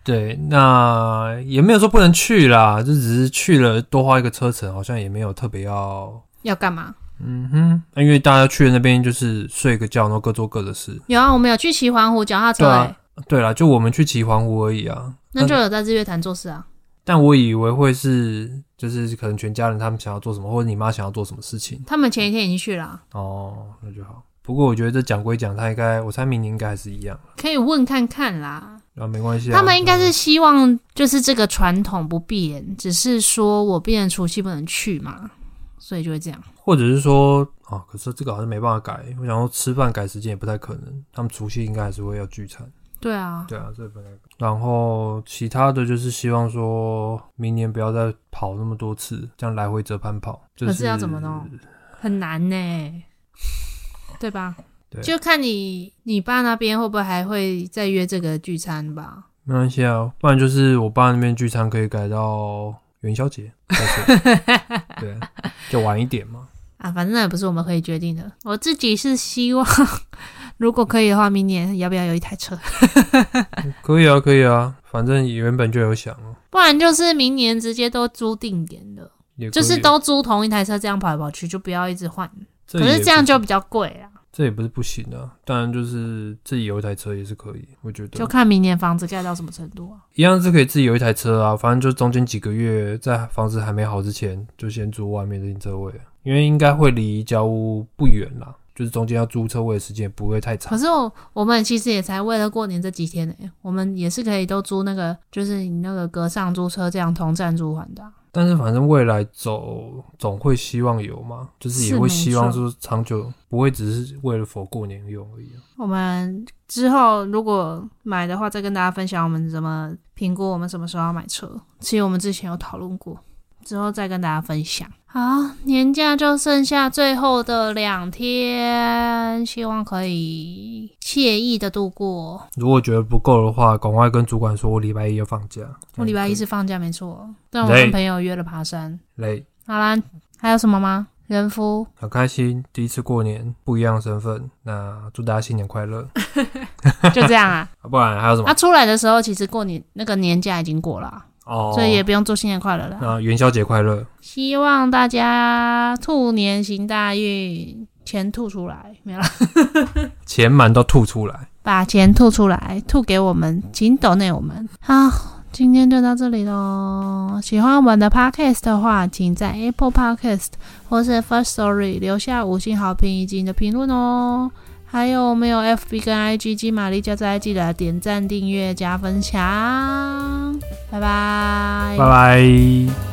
Speaker 2: 对，那也没有说不能去啦，就只是去了多花一个车程，好像也没有特别要，
Speaker 1: 要干嘛？
Speaker 2: 嗯哼，因为大家去了那边就是睡个觉，然后各做各的事。
Speaker 1: 有啊，我们有去骑环湖脚踏车、
Speaker 2: 对
Speaker 1: 欸，
Speaker 2: 啊对啦，就我们去骑环湖而已啊。
Speaker 1: 那就有在日月潭做事啊。
Speaker 2: 但我以为会是，就是可能全家人他们想要做什么，或者你妈想要做什么事情。
Speaker 1: 他们前一天已经去了啊、
Speaker 2: 哦，那就好。不过我觉得这讲归讲，他应该，我猜明年应该还是一样。
Speaker 1: 可以问看看啦。
Speaker 2: 啊，没关系啊。
Speaker 1: 他们应该是希望就是这个传统不变，只是说我变成除夕不能去嘛，所以就会这样。
Speaker 2: 或者是说，啊，可是这个好像没办法改。我想说吃饭改时间也不太可能，他们除夕应该还是会要聚餐。
Speaker 1: 对啊，
Speaker 2: 对啊，这本来。然后其他的就是希望说明年不要再跑那么多次，这样来回折返跑。就
Speaker 1: 可是要怎么弄？很难呢、对吧？
Speaker 2: 对
Speaker 1: 就看你你爸那边会不会还会再约这个聚餐吧。
Speaker 2: 没关系啊，不然就是我爸那边聚餐可以改到元宵节再说， 对，啊就晚一点嘛。
Speaker 1: 啊，反正那也不是我们可以决定的。我自己是希望， 如果可以的话，明年要不要有一台车？
Speaker 2: 可以啊，可以啊，反正原本就有想哦，
Speaker 1: 不然就是明年直接都租定点的，
Speaker 2: 也可以啊
Speaker 1: 就是都租同一台车这样跑来跑去，就不要一直换。
Speaker 2: 这
Speaker 1: 可
Speaker 2: 也
Speaker 1: 是这样
Speaker 2: 不
Speaker 1: 就比较贵啊，
Speaker 2: 这也不是不行啊，当然就是自己有一台车也是可以，我觉
Speaker 1: 就
Speaker 2: 得
Speaker 1: 看明年房子盖到什么程度啊。
Speaker 2: 一样是可以自己有一台车啊，反正就中间几个月在房子还没好之前，就先租外面的停车位，因为应该会离交屋不远啦，就是中间要租车位的时间也不会太
Speaker 1: 可
Speaker 2: 长。
Speaker 1: 是我我们其实也才为了过年这几天呢、我们也是可以都租那个，就是你那个隔上租车这样同站租还的啊、
Speaker 2: 但是反正未来走总会希望有嘛，就是也
Speaker 1: 是没
Speaker 2: 会希望
Speaker 1: 错
Speaker 2: 说长久不会只是为了否过年用而已、啊。
Speaker 1: 我们之后如果买的话，再跟大家分享我们怎么评估我们什么时候要买车。其实我们之前有讨论过，之后再跟大家分享。好，年假就剩下最后的两天，希望可以惬意的度过。
Speaker 2: 如果觉得不够的话，赶快跟主管说，我礼拜一要放假。
Speaker 1: 我礼拜
Speaker 2: 嗯
Speaker 1: 一是放假，没错，但我跟朋友约了爬山。
Speaker 2: 累，
Speaker 1: 好啦，还有什么吗？人夫，
Speaker 2: 很开心，第一次过年，不一样的身份。那祝大家新年 快乐，
Speaker 1: 就这样啊。
Speaker 2: 啊不然还有 什
Speaker 1: 那、
Speaker 2: 么？
Speaker 1: 出来的时候，其实过年那个年假已经过了啊、
Speaker 2: 哦，
Speaker 1: 所以也不用祝新年快乐了。
Speaker 2: 那元宵节快乐，
Speaker 1: 希望大家兔年行大运，钱吐出来，没了，
Speaker 2: 钱满到吐出来。
Speaker 1: 把钱吐出来，吐给我们，请抖内我们。好，今天就到这里喽。喜欢我们的 podcast 的话，请在 Apple Podcast 或是 First Story 留下五星好评以及你的评论哦。还有我们有 FB 跟 IG 金玛丽加在记得点赞、订阅、加分享，拜拜
Speaker 2: 拜拜。